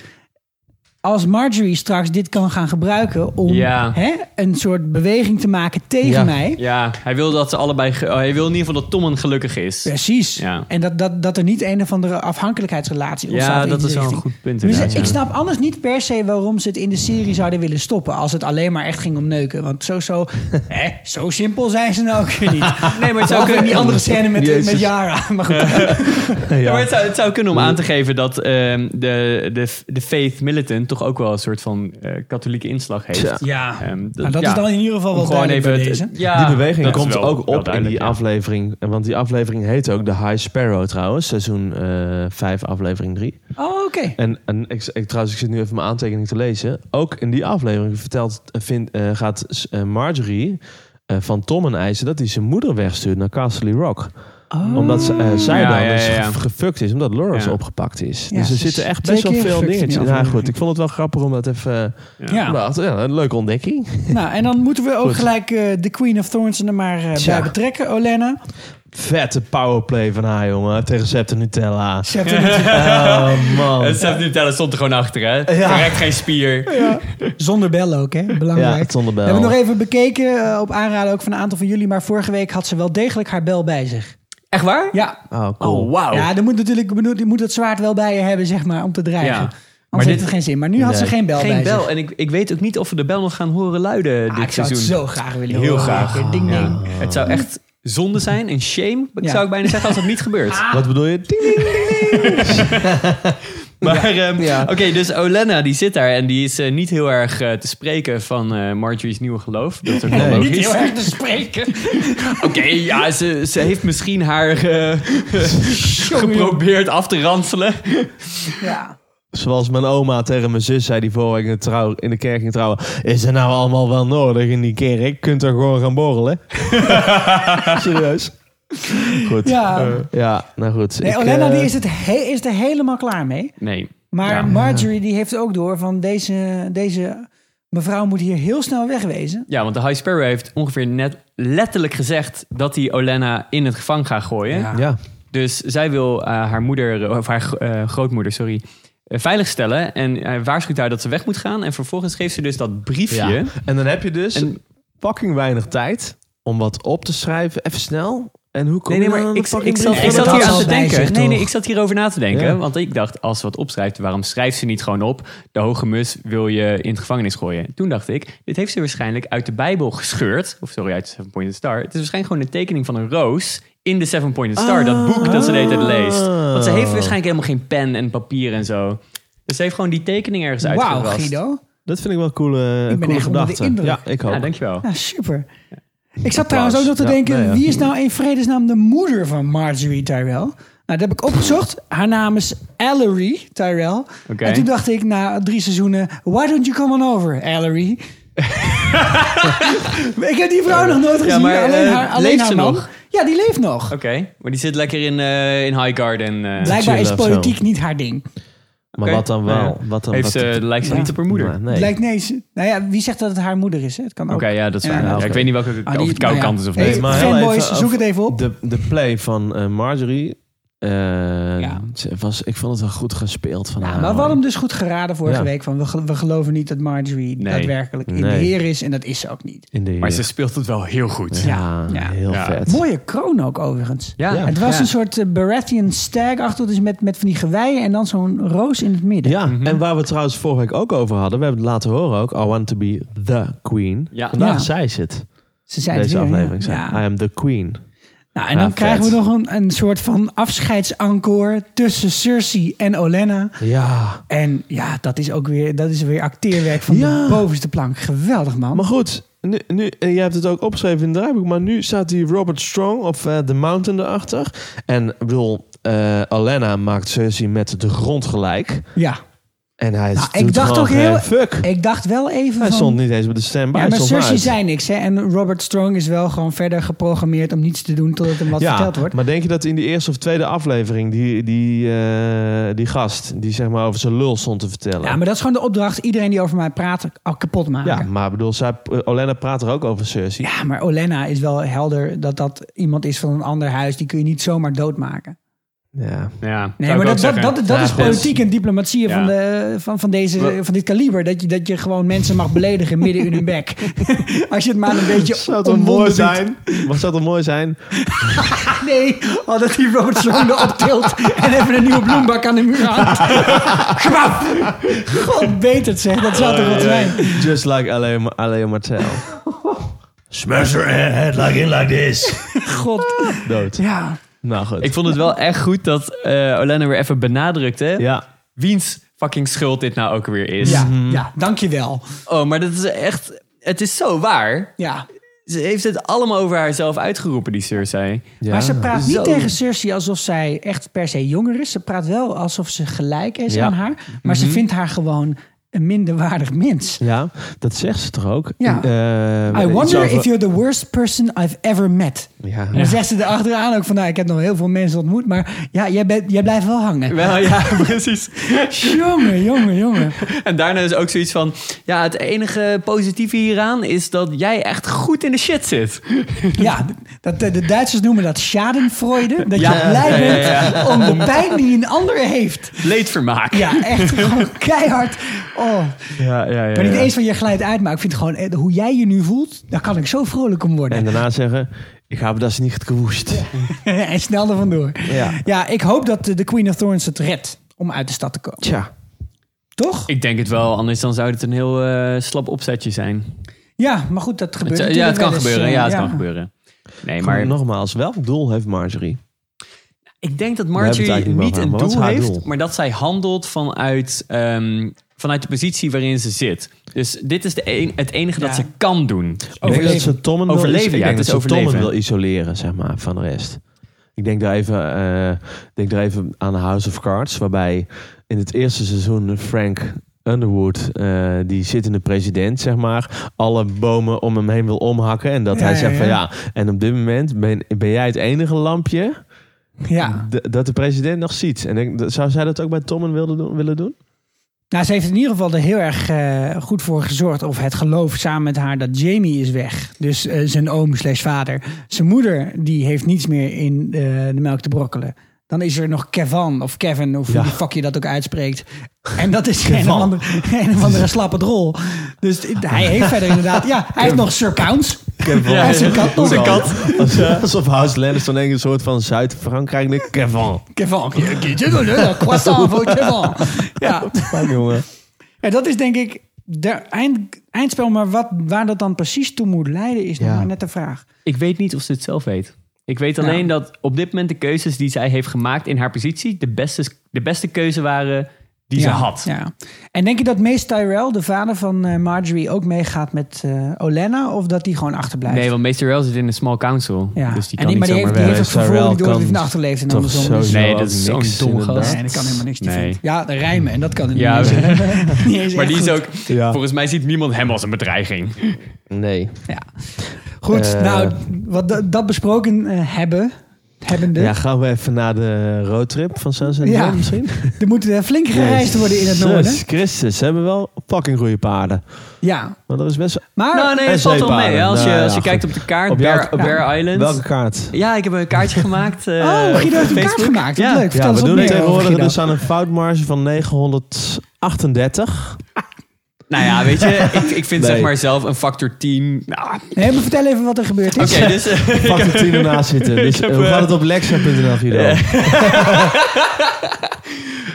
A: als Marjorie straks dit kan gaan gebruiken om
D: Ja.
A: hè, een soort beweging te maken tegen
E: Ja.
A: mij.
D: Ja, hij wil dat ze allebei. ge- oh, hij wil in ieder geval dat Tom een gelukkig is.
A: Precies.
D: Ja.
A: En dat, dat, dat er niet een of andere afhankelijkheidsrelatie ontstaat.
D: Ja,
A: in
D: dat
A: die
D: is wel een
A: richting.
D: goed punt.
A: Dus
D: inderdaad,
A: ik
D: ja.
A: snap anders niet per se waarom ze het in de serie zouden willen stoppen. Als het alleen maar echt ging om neuken. Want zo,
D: [laughs]
A: zo, hè, zo simpel zijn ze nou ook weer niet. nee, maar het
D: zou kunnen-
A: die andere scène met,
E: Jezus.
A: met Yara. [laughs] Maar goed,
D: Ja, maar het, zou, het zou kunnen om aan te geven dat ehm, de, de, de Faith Militant toch ook wel een soort van eh, katholieke inslag heeft.
E: Tja.
A: ja.
D: Ehm, dat,
A: Nou, dat
D: ja,
A: is dan in ieder geval
D: om
A: wel
D: gewoon
A: duidelijk
D: even
A: bij
D: het-
A: deze.
D: ja,
E: die beweging
D: dat is
E: komt
D: wel-
E: ook
D: wel
E: op in die
D: duidelijk, ja.
E: aflevering. En Want die aflevering heet ook The High Sparrow trouwens. Seizoen 5, aflevering 3.
A: Oh, oké.
E: En, en ik, ik, trouwens, ik zit nu even mijn aantekening te lezen. Ook in die aflevering vertelt, eh, vindt, eh, gaat eh, Marjorie eh, van Tom en eisen dat hij zijn moeder wegstuurt naar Castle Rock.
A: Oh.
E: Omdat ze, eh, zij
D: Ja,
E: dan
D: ja,
E: dus
D: ja, ja.
E: ge- gefukt is, omdat Loris
D: Ja.
E: opgepakt is.
A: Ja,
E: dus
A: ze
E: er
A: is
E: zitten echt
A: twee
E: best wel
A: keer
E: veel
A: gefukt in die
E: dingetjes. Ja,
A: aflevering.
E: goed. Ik vond het wel grappig om dat even...
A: Ja.
E: Ja. Ja, een leuke ontdekking.
A: Nou, en dan moeten we ook
E: Goed.
A: gelijk eh, de Queen of Thorns er maar eh,
E: Tja.
A: bij betrekken, Olena.
E: Vette powerplay van haar, jongen. Tegen Septa Nutella.
A: Ze heeft er niet-
E: Oh,
D: En
E: man.
D: Seth Nutella stond er gewoon achter, hè? Direct geen spier.
A: Zonder bel ook, hè?
D: [laughs]
A: Belangrijk.
E: Ja, zonder bel.
A: We hebben nog even bekeken, eh, op aanraden ook van een aantal van jullie. Maar vorige week had ze wel degelijk haar bel bij zich.
D: Echt waar?
A: Ja,
E: Oh, cool.
D: Oh, wauw.
A: ja dan moet natuurlijk, ik bedoel, je moet het zwaard wel bij je hebben, zeg maar, om te dreigen.
D: Ja.
A: Anders
D: Maar
A: heeft
D: dit-
A: het geen zin. Maar nu had ze
E: Nee.
A: geen bel bij
D: Geen
A: zich.
D: bel. En ik, ik weet ook niet of we de bel nog gaan horen luiden
A: Ah,
D: dit
A: ik zou het
D: seizoen.
A: zo graag willen
D: Heel
A: horen.
D: graag.
A: Ding, Oh, ding.
D: Ja. Het zou echt zonde zijn en shame,
A: Ja.
D: zou ik bijna zeggen, als dat niet
A: [laughs]
D: gebeurt.
E: Wat bedoel je? Ding, ding.
D: Maar ehm,
E: Ja.
D: oké, dus Olenna die zit daar en die is eh, niet heel erg eh, te spreken van eh, Marjorie's nieuwe geloof. Dat is ook wel
E: Nee.
D: logisch.
A: Niet heel erg te [laughs] spreken.
D: Oké, ja, ze, ze heeft misschien haar eh, geprobeerd af te ranselen.
A: Ja.
E: Zoals mijn oma tegen mijn zus zei die vorige week in de, trouw, in de kerk ging trouwen. Is er nou allemaal wel nodig in die kerk? Kunt er gewoon gaan
D: [laughs]
E: borrelen? Serieus? Goed.
A: Ja.
E: Eh, ja, nou goed.
A: Nee,
E: Ik,
A: Olenna
E: eh,
A: die is, het he- is er helemaal klaar mee.
D: Nee.
A: Maar
D: Ja.
A: Marjorie die heeft ook door van deze, deze mevrouw moet hier heel snel wegwezen.
D: Ja, want de High Sparrow heeft ongeveer net letterlijk gezegd dat hij Olenna in het gevangen gaat gooien.
E: Ja,
D: Dus zij wil eh, haar moeder, of haar eh, grootmoeder, sorry, eh, veiligstellen. En eh, waarschuwt haar dat ze weg moet gaan. En vervolgens geeft ze dus dat briefje.
E: ja. En dan heb je dus
D: En-
E: fucking weinig tijd om wat op te schrijven. Even snel. En hoe kom
D: Nee, nee,
E: je dan
D: maar
E: aan
D: ik,
E: een
D: ik
E: fucking
D: zat,
E: brief?
D: ik zat
A: dat
D: hier
A: had
D: aan
A: ze
D: te
A: bij
D: denken.
A: zich,
D: Nee, nee,
A: toch?
D: ik zat hierover na te denken.
E: Ja.
D: Want ik dacht, als ze wat opschrijft, waarom schrijft ze niet gewoon op... de hoge mus wil je in de gevangenis gooien. Toen dacht ik, dit heeft ze waarschijnlijk uit de Bijbel gescheurd. Of sorry, uit Seven Pointed Star. Het is waarschijnlijk gewoon een tekening van een roos... in de Seven Pointed Star, dat boek dat ze de hele tijd leest. Want ze heeft waarschijnlijk helemaal geen pen en papier en zo. Dus ze heeft gewoon die tekening ergens
A: Wauw,
D: uitgerast.
A: Guido.
E: Dat vind ik wel een coole,
A: ben
E: coole
A: echt onder de
E: gedachte.
A: indruk.
E: Ja, ik ook.
D: Ja, dankjewel.
A: Ja, super. Ik zat trouwens ook nog te
E: Ja,
A: denken,
E: nee, ja.
A: wie is nou in vredesnaam de moeder van Marjorie Tyrell? Nou, dat heb ik opgezocht. Haar naam is Ellery Tyrell.
D: Oké.
A: En toen dacht ik na drie seizoenen, why don't you come on over,
D: [laughs]
A: Ellery? ik heb die vrouw nog nooit gezien.
D: maar,
A: alleen
D: eh,
A: haar, alleen
D: leeft
A: haar
D: ze
A: man.
D: nog?
A: Ja, die leeft nog.
D: Oké, maar die zit lekker in, eh in Highgarden. eh.
A: Blijkbaar is
E: Chillen of zo.
A: politiek niet haar ding.
E: Maar wat dan
D: Nou
E: wel?
D: ja.
E: Wat dan,
D: Heeft
E: wat-
D: ze, lijkt ze niet op haar moeder.
E: Maar nee.
A: Lijkt nee, ze- nou ja, wie zegt dat het haar moeder is? Hè? Het kan ook.
D: Oké, ja, dat is waar.
A: Ja,
D: Ja,
E: oké.
D: Ik weet niet welke
A: Ah, die-
D: of het koude
A: nou ja.
D: kant is of
A: Hey,
D: niet.
E: Nee, maar heel
A: fanboys,
E: even
A: zoek
E: over-
A: het even op.
E: De, de play van eh, Marjorie. eh,
A: Ja.
E: ze was, ik vond het wel goed gespeeld van haar.
A: Ja, maar we
E: hoor.
A: hadden hem dus goed geraden vorige
E: Ah, Ja.
A: week. Van we, gel- we geloven niet dat Marjorie
D: Nee.
A: daadwerkelijk in de
E: Nee.
A: heer is. En dat is ze ook niet.
E: In de,
D: Maar ze speelt het wel heel goed.
E: ja,
A: Ja, ja.
E: heel
D: Ja.
E: vet.
A: Mooie kroon ook overigens.
D: Ja. Ja.
A: Het was
D: Ja.
A: een soort eh, Baratheon stag achter. Dus met, met van die geweien en dan zo'n roos in het midden.
E: Ja, en waar we het trouwens vorige week ook over hadden. We hebben het laten horen ook. I want to be the queen.
D: Ja.
E: Vandaag
A: Ja.
E: zei ze het.
A: Ze zei
E: Deze
A: het weer,
E: aflevering.
A: ja.
E: zei,
A: Ja.
E: I am the queen.
A: Nou, en dan
E: Ja,
A: krijgen we
E: vet.
A: nog een, een soort van afscheidsankoor tussen Cersei en Olenna.
E: Ja.
A: En ja, dat is ook weer, dat is weer acteerwerk van
E: Ja.
A: de bovenste plank. Geweldig man.
E: Maar goed, nu, nu, en jij hebt het ook opgeschreven in het draaiboek. Maar nu staat die Robert Strong of eh, The Mountain erachter. En ik bedoel, eh Alena maakt Cersei met de grond gelijk.
A: Ja.
E: En hij
A: Nou,
E: doet
A: ik dacht
E: gewoon
A: ook heel...
E: geen Fuck.
A: Ik dacht wel even
E: Hij
A: van...
E: stond niet eens met de stem bij.
A: Ja, maar
E: hij stond
A: Cersei
E: uit.
A: zei niks. Hè? En Robert Strong is wel gewoon verder geprogrammeerd om niets te doen totdat hem wat
E: ja,
A: verteld wordt.
E: maar denk je dat in de eerste of tweede aflevering die, die, eh, die gast die zeg maar over zijn lul stond te vertellen?
A: Ja, maar dat is gewoon de opdracht. Iedereen die over mij praat, al kapot
E: Ja,
A: maken.
E: maar ik bedoel, zij, eh, Olenna praat er ook over Cersei.
A: Ja, maar Olenna is wel helder dat dat iemand is van een ander huis. Die kun je niet zomaar doodmaken.
E: Ja.
D: Ja,
A: Nee, maar dat, dat, dat, dat is politiek en diplomatie
D: Ja.
A: van, de, van, van, deze, van dit kaliber. Dat je, dat je gewoon mensen mag beledigen midden in hun
E: [laughs]
A: bek. Als je het maar een beetje
E: Zou het wel
A: ontmonden
E: mooi
A: doet.
E: zijn? [laughs] Wat zou het wel mooi zijn?
A: Nee, oh, dat die Robert Sloan erop tilt en even een nieuwe bloembak aan de muur hangt. Gebouw! God weet het zeg, dat zou toch wat zijn.
E: Just like Alain, Alain Martel.
A: [laughs]
B: Smash her head like in like this.
A: God.
E: Dood.
A: Ja.
E: Nou goed.
D: Ik vond het wel echt goed dat eh Orlando weer even benadrukte
E: ja.
D: wiens fucking schuld dit nou ook weer is.
A: Ja, ja, dankjewel.
D: Oh, maar dat is echt... Het is zo waar.
A: Ja.
D: Ze heeft het allemaal over haarzelf uitgeroepen, die Cersei.
E: ja.
A: Maar ze praat
D: Zo.
A: niet tegen Cersei alsof zij echt per se jonger is. Ze praat wel alsof ze gelijk is
E: Ja. Mhm.
A: aan haar. Maar ze vindt haar gewoon een minderwaardig mens.
E: Ja, dat zegt ze toch ook?
A: Ja.
E: Eh,
A: I
E: iets
A: wonder
E: over-
A: if you're the worst person I've ever met.
E: Ja.
A: En dan zegt ze erachteraan ook van... Nou, ik heb nog heel veel mensen ontmoet, maar ja, jij, bent, jij blijft wel hangen.
D: Wel, ja, [laughs] precies.
A: Jongen, jongen, jongen.
D: En daarna is ook zoiets van... Ja, het enige positieve hieraan is dat jij echt goed in de shit zit.
A: Ja, dat, eh, de, de Duitsers noemen dat schadenfreude. Dat
D: Ja.
A: je blij
D: Ja, ja,
A: bent
D: ja.
A: om de pijn die een ander heeft.
D: Leedvermaak.
A: Ja, echt gewoon keihard. Oh,
E: Ja, ja, ja,
A: ik ben niet
E: ja.
A: eens van je glijdt uit, maar ik vind gewoon eh, hoe jij je nu voelt, daar kan ik zo vrolijk om worden.
E: En daarna zeggen, ik heb dat niet gewoest.
A: [laughs] en snel er vandoor.
E: Ja.
A: ja, ik hoop dat eh, de de Queen of Thorns het redt om uit de stad te komen.
E: Tja.
A: Toch?
D: Ik denk het wel, anders dan zou het een heel eh, slap opzetje zijn.
A: Ja, maar goed, dat gebeurt
D: Het- ja,
A: natuurlijk
D: het kan
A: wel eens,
D: gebeuren.
A: eh,
D: Ja, het kan gebeuren. Nee,
E: Maar
D: maar
E: nogmaals, welk doel heeft Marjorie?
D: ik denk dat
E: hebben het
D: Marjorie
E: eigenlijk
D: niet
E: niet
D: een
E: over, maar wat
D: doel
E: is haar
D: heeft,
E: doel?
D: maar dat zij handelt vanuit, ehm, vanuit de positie waarin ze zit. Dus dit is de een, het enige dat
A: Ja.
D: ze kan doen.
E: Ik denk dat
A: Overleven.
E: ze Tommen wil,
D: Overleven,
E: ik
D: ja,
E: denk
D: het
E: dat
D: is
E: ze Tommen
D: overleven.
E: wil isoleren, zeg maar, van de rest. Ik denk daar even, eh, denk daar even aan House of Cards, waarbij in het eerste seizoen Frank Underwood, eh die zittende president, zeg maar, alle bomen om hem heen wil omhakken. En dat
A: Ja,
E: hij
A: ja,
E: zegt van
A: ja.
E: ja, en op dit moment ben, ben jij het enige lampje
A: Ja.
D: Ah.
E: d- dat de president nog ziet. En ik, d- zou zij dat ook bij Tommen willen doen? Willen doen?
A: Nou, ze heeft in ieder geval er heel erg eh, goed voor gezorgd. Of het geloof samen met haar dat Jamie is weg. Dus eh, zijn oom slash vader. Zijn moeder, die heeft niets meer in eh, de melk te brokkelen. Dan is er nog Kevin of Kevin, of
E: Ja.
A: hoe de fuck je dat ook uitspreekt. En dat [laughs] is een of andere, een of andere slappe drol. Dus dit- hij heeft [laughs] verder inderdaad... Ja, hij heeft nog Sir Counts.
E: Kevin.
A: Hij is een kat nog.
E: Als- Alsof House Landers dan een soort van Zuid-Frankrijk, de Kevin.
A: Kevin. Croissant voor Kevin. Ja.
E: Fuck, jongen.
A: Ja, dat is denk ik de eind, eindspel. Maar wat, waar dat dan precies toe moet leiden, is nog
E: Ja.
A: maar net de vraag.
D: Ik weet niet of ze het zelf weet. Ik weet alleen
A: Ja.
D: dat op dit moment de keuzes die zij heeft gemaakt in haar positie de beste, de beste keuze waren die ze
A: ja,
D: had.
A: Ja. En denk je dat Mace Tyrell, de vader van eh, Marjorie, ook meegaat met eh, Olena? Of dat die gewoon achterblijft?
D: Nee, want Meester Rel zit in een small council.
A: ja.
D: Dus die
A: En
D: kan niet
A: maar die
D: zomaar
A: heeft, die
E: weg.
A: heeft het
E: Mace
A: vervolg niet door dat
E: Tyrell
A: hij
E: kan
A: vanavond leeft en
E: Toch
A: andersom. Dus-
E: sowieso
D: Nee,
E: ook
D: dat is zo'n
E: niks,
D: dom gast.
E: inderdaad.
A: Nee, dat kan helemaal niks. Die
D: Nee.
A: vent. Ja, de rijmen. En dat kan hij
D: Ja,
A: niet eens-
D: [laughs]
A: [laughs] niet eens
D: Maar
A: echt
D: die is
A: goed.
D: ook,
E: Ja.
D: volgens mij ziet niemand hem als een bedreiging.
E: Nee.
A: Ja. Goed,
E: Eh.
A: nou, wat dat- dat besproken eh, hebben... Hebbende.
E: Ja, gaan we even naar de roadtrip van Sunset
A: Ja.
E: Hill misschien?
A: Er moet eh, flink gereisd worden in het noorden.
E: Jezus Christus, ze hebben wel fucking goede paarden.
A: Ja.
E: Want er is best...
A: Maar
D: Nou, nee,
E: En
D: het valt wel
E: zeepaarden.
D: mee. hè. Als je,
E: Nou,
D: als je
E: ja,
D: kijkt op
E: goed.
D: de kaart,
E: Op
D: Bear,
E: jouw- ja.
D: Bear Island.
E: Welke kaart?
D: Ja, ik heb een
E: [laughs]
D: kaartje gemaakt. eh,
A: Oh,
D: op
A: Guido heeft een kaart
D: Facebook.
A: gemaakt. Wat
D: Ja.
A: leuk. Vertel
E: Ja, we
A: eens wat
E: doen
A: meer
E: het tegenwoordig
A: over
E: dus
A: Guido.
E: aan een foutmarge van 938.
D: Nou ja, weet je, ik, ik vind
E: Nee.
D: zeg maar zelf een factor 10. Nou, Oké,
A: Nee, maar vertel even wat er gebeurd is.
D: [laughs] dus eh,
E: Pak de tien ernaast zitten. Dus, eh, hoe gaat het op lexa.nl, Guido?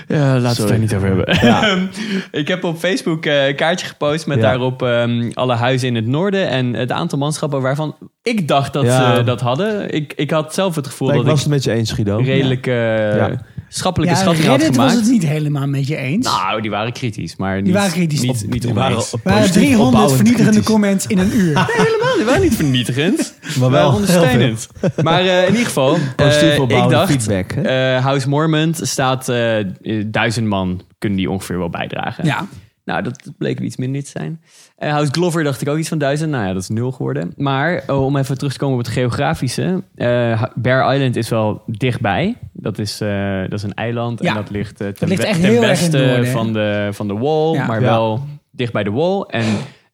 D: Ja, eh, laten
E: Sorry.
D: over hebben. [laughs]
E: Ja.
D: Ehm, ik heb op Facebook eh, een kaartje gepost met
E: Ja.
D: daarop ehm, alle huizen in het noorden en het aantal manschappen waarvan ik dacht dat
E: Ja.
D: ze dat hadden. Ik, ik had zelf het gevoel
E: Nee, ik
D: dat
E: was
D: ik
E: het met je eens, Guido.
D: redelijk eh,
E: Ja.
D: schappelijke
A: Ja,
D: schatting had
A: Reddit was
D: gemaakt.
A: het niet helemaal met je eens.
D: Nou, die waren kritisch, maar niet,
A: waren kritisch.
D: niet, niet
E: Die waren
D: oneens.
E: op-
A: Er waren
E: positief
A: 300
E: opbouwend
A: vernietigende
E: kritisch.
A: comments in een uur.
E: [laughs]
D: Helemaal, die waren niet vernietigend.
E: Maar
D: wel
E: wel
D: ondersteunend. Maar eh, in ieder geval,
E: [laughs] Positief
D: eh, ik
E: opbouwende
D: dacht,
E: feedback, hè?
D: eh, House Mormont staat eh, eh, duizend man, kunnen die ongeveer wel bijdragen.
A: Ja.
D: Nou, dat dat bleek er iets minder te zijn. Eh, House Glover dacht ik ook iets van duizend. Nou ja, dat is nul geworden. Maar oh, om even terug te komen op het geografische. eh, Bear Island is wel dichtbij. Dat is, eh, dat is een eiland
A: Ja.
D: en dat ligt eh, ten,
A: ligt
D: we-
A: echt
D: ten
A: heel erg in het
D: westen
A: noorden, hè?
D: van, de, van de wall.
A: Ja.
D: Maar
E: Ja.
D: wel dicht bij de wall. En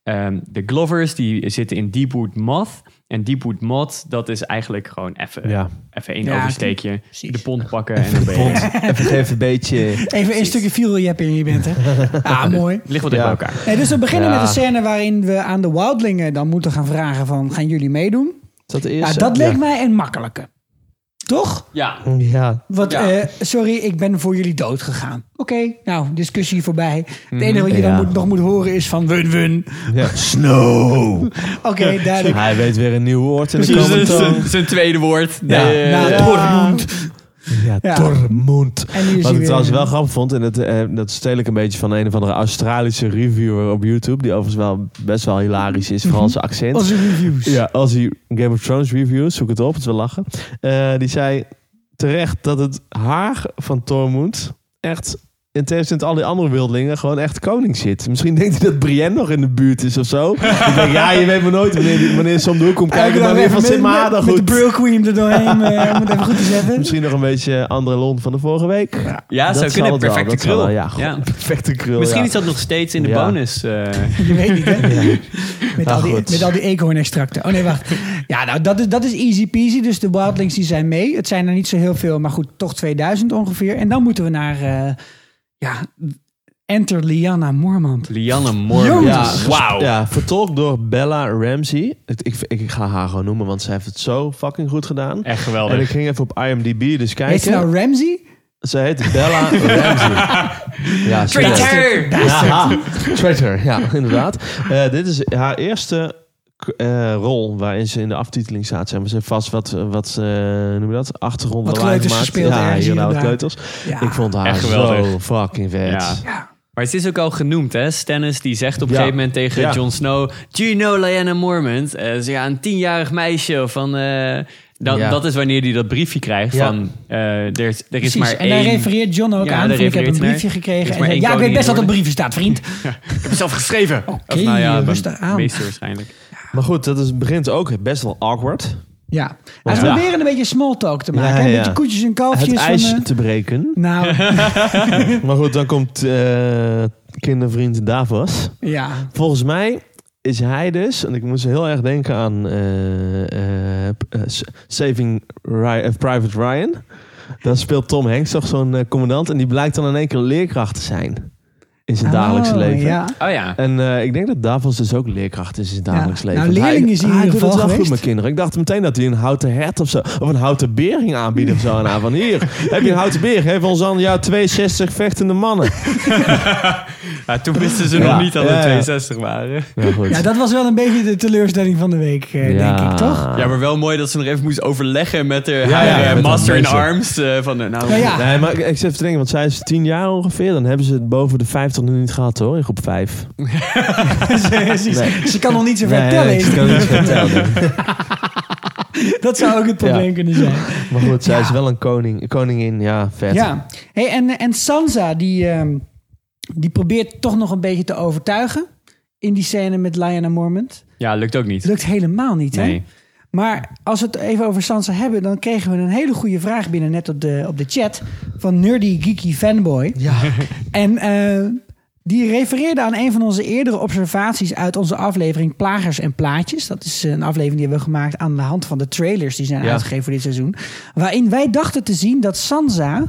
D: Ehm, de Glovers die zitten in Deepwood Moth. En Deepwood Moth, dat is eigenlijk gewoon even
E: Ja.
D: even één
A: Ja,
D: oversteekje.
A: precies.
D: De pond pakken en dan ben je... Het
E: Even, even een beetje...
A: Even een stukje fieldjap in je bent, hè?
E: [laughs]
A: Ah, mooi.
D: [laughs] ligt wel dicht
E: Ja.
D: bij elkaar.
A: Nee, dus we beginnen
E: Ja.
A: met een scène waarin we aan de wildlingen dan moeten gaan vragen van... gaan jullie meedoen?
E: Is dat de
A: Ja,
E: eerste?
A: dat leek mij een makkelijke. Toch?
D: Ja,
E: Ja.
A: Wat,
D: Ja.
A: eh, sorry, ik ben voor jullie dood gegaan. Oké, nou, discussie voorbij. Het enige wat je
E: Ja.
A: dan moet, nog moet horen is van win-win.
E: ja. Snow.
A: [laughs] Oké, duidelijk.
E: Hij weet weer een nieuw woord in de
D: precies.
E: komende
D: Dus
E: toon.
D: zijn- zijn tweede woord.
A: Ja,
D: Eh,
A: nou, Tormund.
E: Ja,
A: Ja.
E: Tormund.
A: En hier
E: Wat
A: zie
E: ik
A: je
E: trouwens wel grappig vond, en dat, eh, dat steel ik een beetje van een of andere Australische reviewer op YouTube, die overigens wel best wel hilarisch is, vooral zijn accent.
A: Mhm. Onze reviews.
E: Ja, als hij Game of Thrones reviews, zoek het op, het is wel lachen. Eh, die zei terecht dat het haar van Tormund echt, in tegenstelling tot al die andere wildlingen, gewoon echt koning zit. Misschien denkt hij dat Brienne nog in de buurt is of
A: [laughs]
E: zo. Ik denk, ja, je weet maar nooit wanneer, die- wanneer ze om de hoek komt kijken,
A: Elke
E: maar
A: dag
E: weer van
A: met-
E: zit mijn haar
A: met,
E: dan goed.
A: met de Brill Queen er doorheen, eh, om het even goed te zetten.
E: Misschien nog een beetje andere lont van de vorige week.
D: Ja,
E: Dat
D: zou
E: zal
D: kunnen.
E: het wel,
D: Perfecte
E: dat zal
D: krul.
E: wel, ja, goed.
D: Ja.
E: Perfecte krul.
D: Misschien
E: ja.
D: is dat nog steeds in de
E: Ja.
D: bonus. eh.
A: Je weet [laughs] niet, hè? Met,
E: Nou,
A: al die,
E: goed.
A: met al die eekhoornextracten. Oh nee, wacht. Ja, nou, dat is, dat is easy peasy. Dus de wildlings die zijn mee. Het zijn er niet zo heel veel, maar goed, toch 2000 ongeveer. En dan moeten we naar, eh, ja, Enter Liana Mormont.
D: Lianne Mormont.
A: Jongens.
D: Wauw.
E: Ja, vertolkt door Bella Ramsey. Ik, ik, ik ga haar gewoon noemen, want zij heeft het zo fucking goed gedaan.
D: Echt
E: En ik
D: geweldig.
E: ging even op IMDb dus
A: Heet ze
E: kijken.
A: nou Ramsey?
E: Ze heet
A: [laughs]
E: Bella Ramsey. Ja, ze
D: Traitor!
E: heet- Ja, traitor, ja, inderdaad. Eh, dit is haar eerste k- eh, rol waarin ze in de aftiteling staat. Zeg maar. Ze heeft vast wat, wat eh, noem je dat? Achtergrond
A: Wat
E: wel aangemaakt.
A: kleuters gespeeld
E: Ja,
A: ergens
E: hier
A: hier
E: nou
A: en
E: wat
A: daar.
E: kleuters.
A: Ja.
E: Ik vond haar
D: Echt
E: zo
D: geweldig.
E: fucking vet.
D: Ja.
A: Ja.
D: Maar het is ook al genoemd, hè? Stannis die zegt op een
E: Ja.
D: gegeven moment tegen
E: Ja.
D: Jon Snow... Do you know Lyanna Mormont? Eh, ze- ja, een tienjarig meisje van... eh, dat,
E: Ja.
D: dat is wanneer hij dat briefje krijgt
E: Ja.
D: van... eh, er, is- er is
A: Precies.
D: maar
A: en
D: één...
A: daar refereert John ook
D: Ja,
A: aan.
D: daar
A: van, Ik heb
D: refereert
A: een
D: hij naar.
A: briefje
D: Er
A: gekregen.
D: is
A: En
D: maar
A: zei,
D: één
A: ja, ik weet
D: koning
A: best
D: in
A: dat er
D: Noorden.
A: brieven staat, vriend.
D: Ik heb het zelf geschreven.
A: Oké,
D: Of bij-
A: rustig aan.
D: Meester waarschijnlijk.
E: Maar goed, dat is, begint ook best wel awkward.
A: Ja. Hij is
E: Ja.
A: proberen een beetje small talk te maken.
E: Ja,
A: hè? Een
E: ja.
A: beetje koetjes en
E: Het
A: kalfjes. van,
E: ijs
A: eh,
E: te breken. [laughs]
A: nou,
E: Maar goed, dan komt eh, kindervriend Davos.
A: ja.
E: Volgens mij is hij dus, en ik moest heel erg denken aan eh, eh, p- eh, S- Saving Ry- eh, Private Ryan. Daar speelt Tom Hanks toch zo'n eh, commandant en die blijkt dan in één keer leerkracht te zijn in zijn dagelijkse
A: Oh,
E: leven.
A: Ja.
D: Oh ja.
E: En eh, ik denk dat Davos dus ook leerkracht is in het
A: Ja.
E: dagelijks
A: Nou,
E: leven. Want
A: leerling is hij in
E: hij
A: ieder
E: doet het
A: geval
E: wel goed
A: geweest.
E: met kinderen. Ik dacht meteen dat hij een houten hert of zo, of een houten bering aanbiedt of zo. aan haar. van hier, heb je een houten bering? Geef ons dan jouw 62 vechtende mannen.
D: Maar toen wisten ze
E: Ja.
D: nog niet dat er
E: Ja, ja.
D: 62 waren.
E: Ja, goed.
A: ja, dat was wel een beetje de teleurstelling van de week, eh, denk ik, toch?
D: Ja, maar wel mooi dat ze nog even moest overleggen met
E: ja,
D: haar, haar, eh,
E: met haar
D: master in
E: meester.
D: arms. eh, van, eh, nou,
A: Nou
E: [laughs]
A: ja.
E: Nee, maar ik, ik zit even te denken, want zij is tien jaar ongeveer. Dan hebben ze het boven de 50 nog niet gehad hoor, in groep 5.
A: Precies.
E: Nee.
A: [laughs] Ze kan nog niet zo ver
E: Nee,
A: tellen.
E: ik kan het niet vertellen.
A: [laughs] Dat zou ook het probleem
E: Ja.
A: kunnen zijn.
E: Maar goed, zij is wel een koning, koningin. Ja, vet.
A: Ja. Hey, en, en Sansa, die, ehm, die probeert toch nog een beetje te overtuigen in die scène met Lyanna Mormont.
D: ja, lukt ook niet.
A: Lukt helemaal niet, hè?
D: Nee.
A: Maar als we het even over Sansa hebben, dan kregen we een hele goede vraag binnen net op de, op de chat van Nerdy Geeky Fanboy.
E: Ja.
A: [laughs] En eh, die refereerde aan een van onze eerdere observaties uit onze aflevering Plagers en Plaatjes. Dat is eh, een aflevering die hebben we gemaakt aan de hand van de trailers die zijn
E: Ja.
A: uitgegeven voor dit seizoen. Waarin wij dachten te zien dat Sansa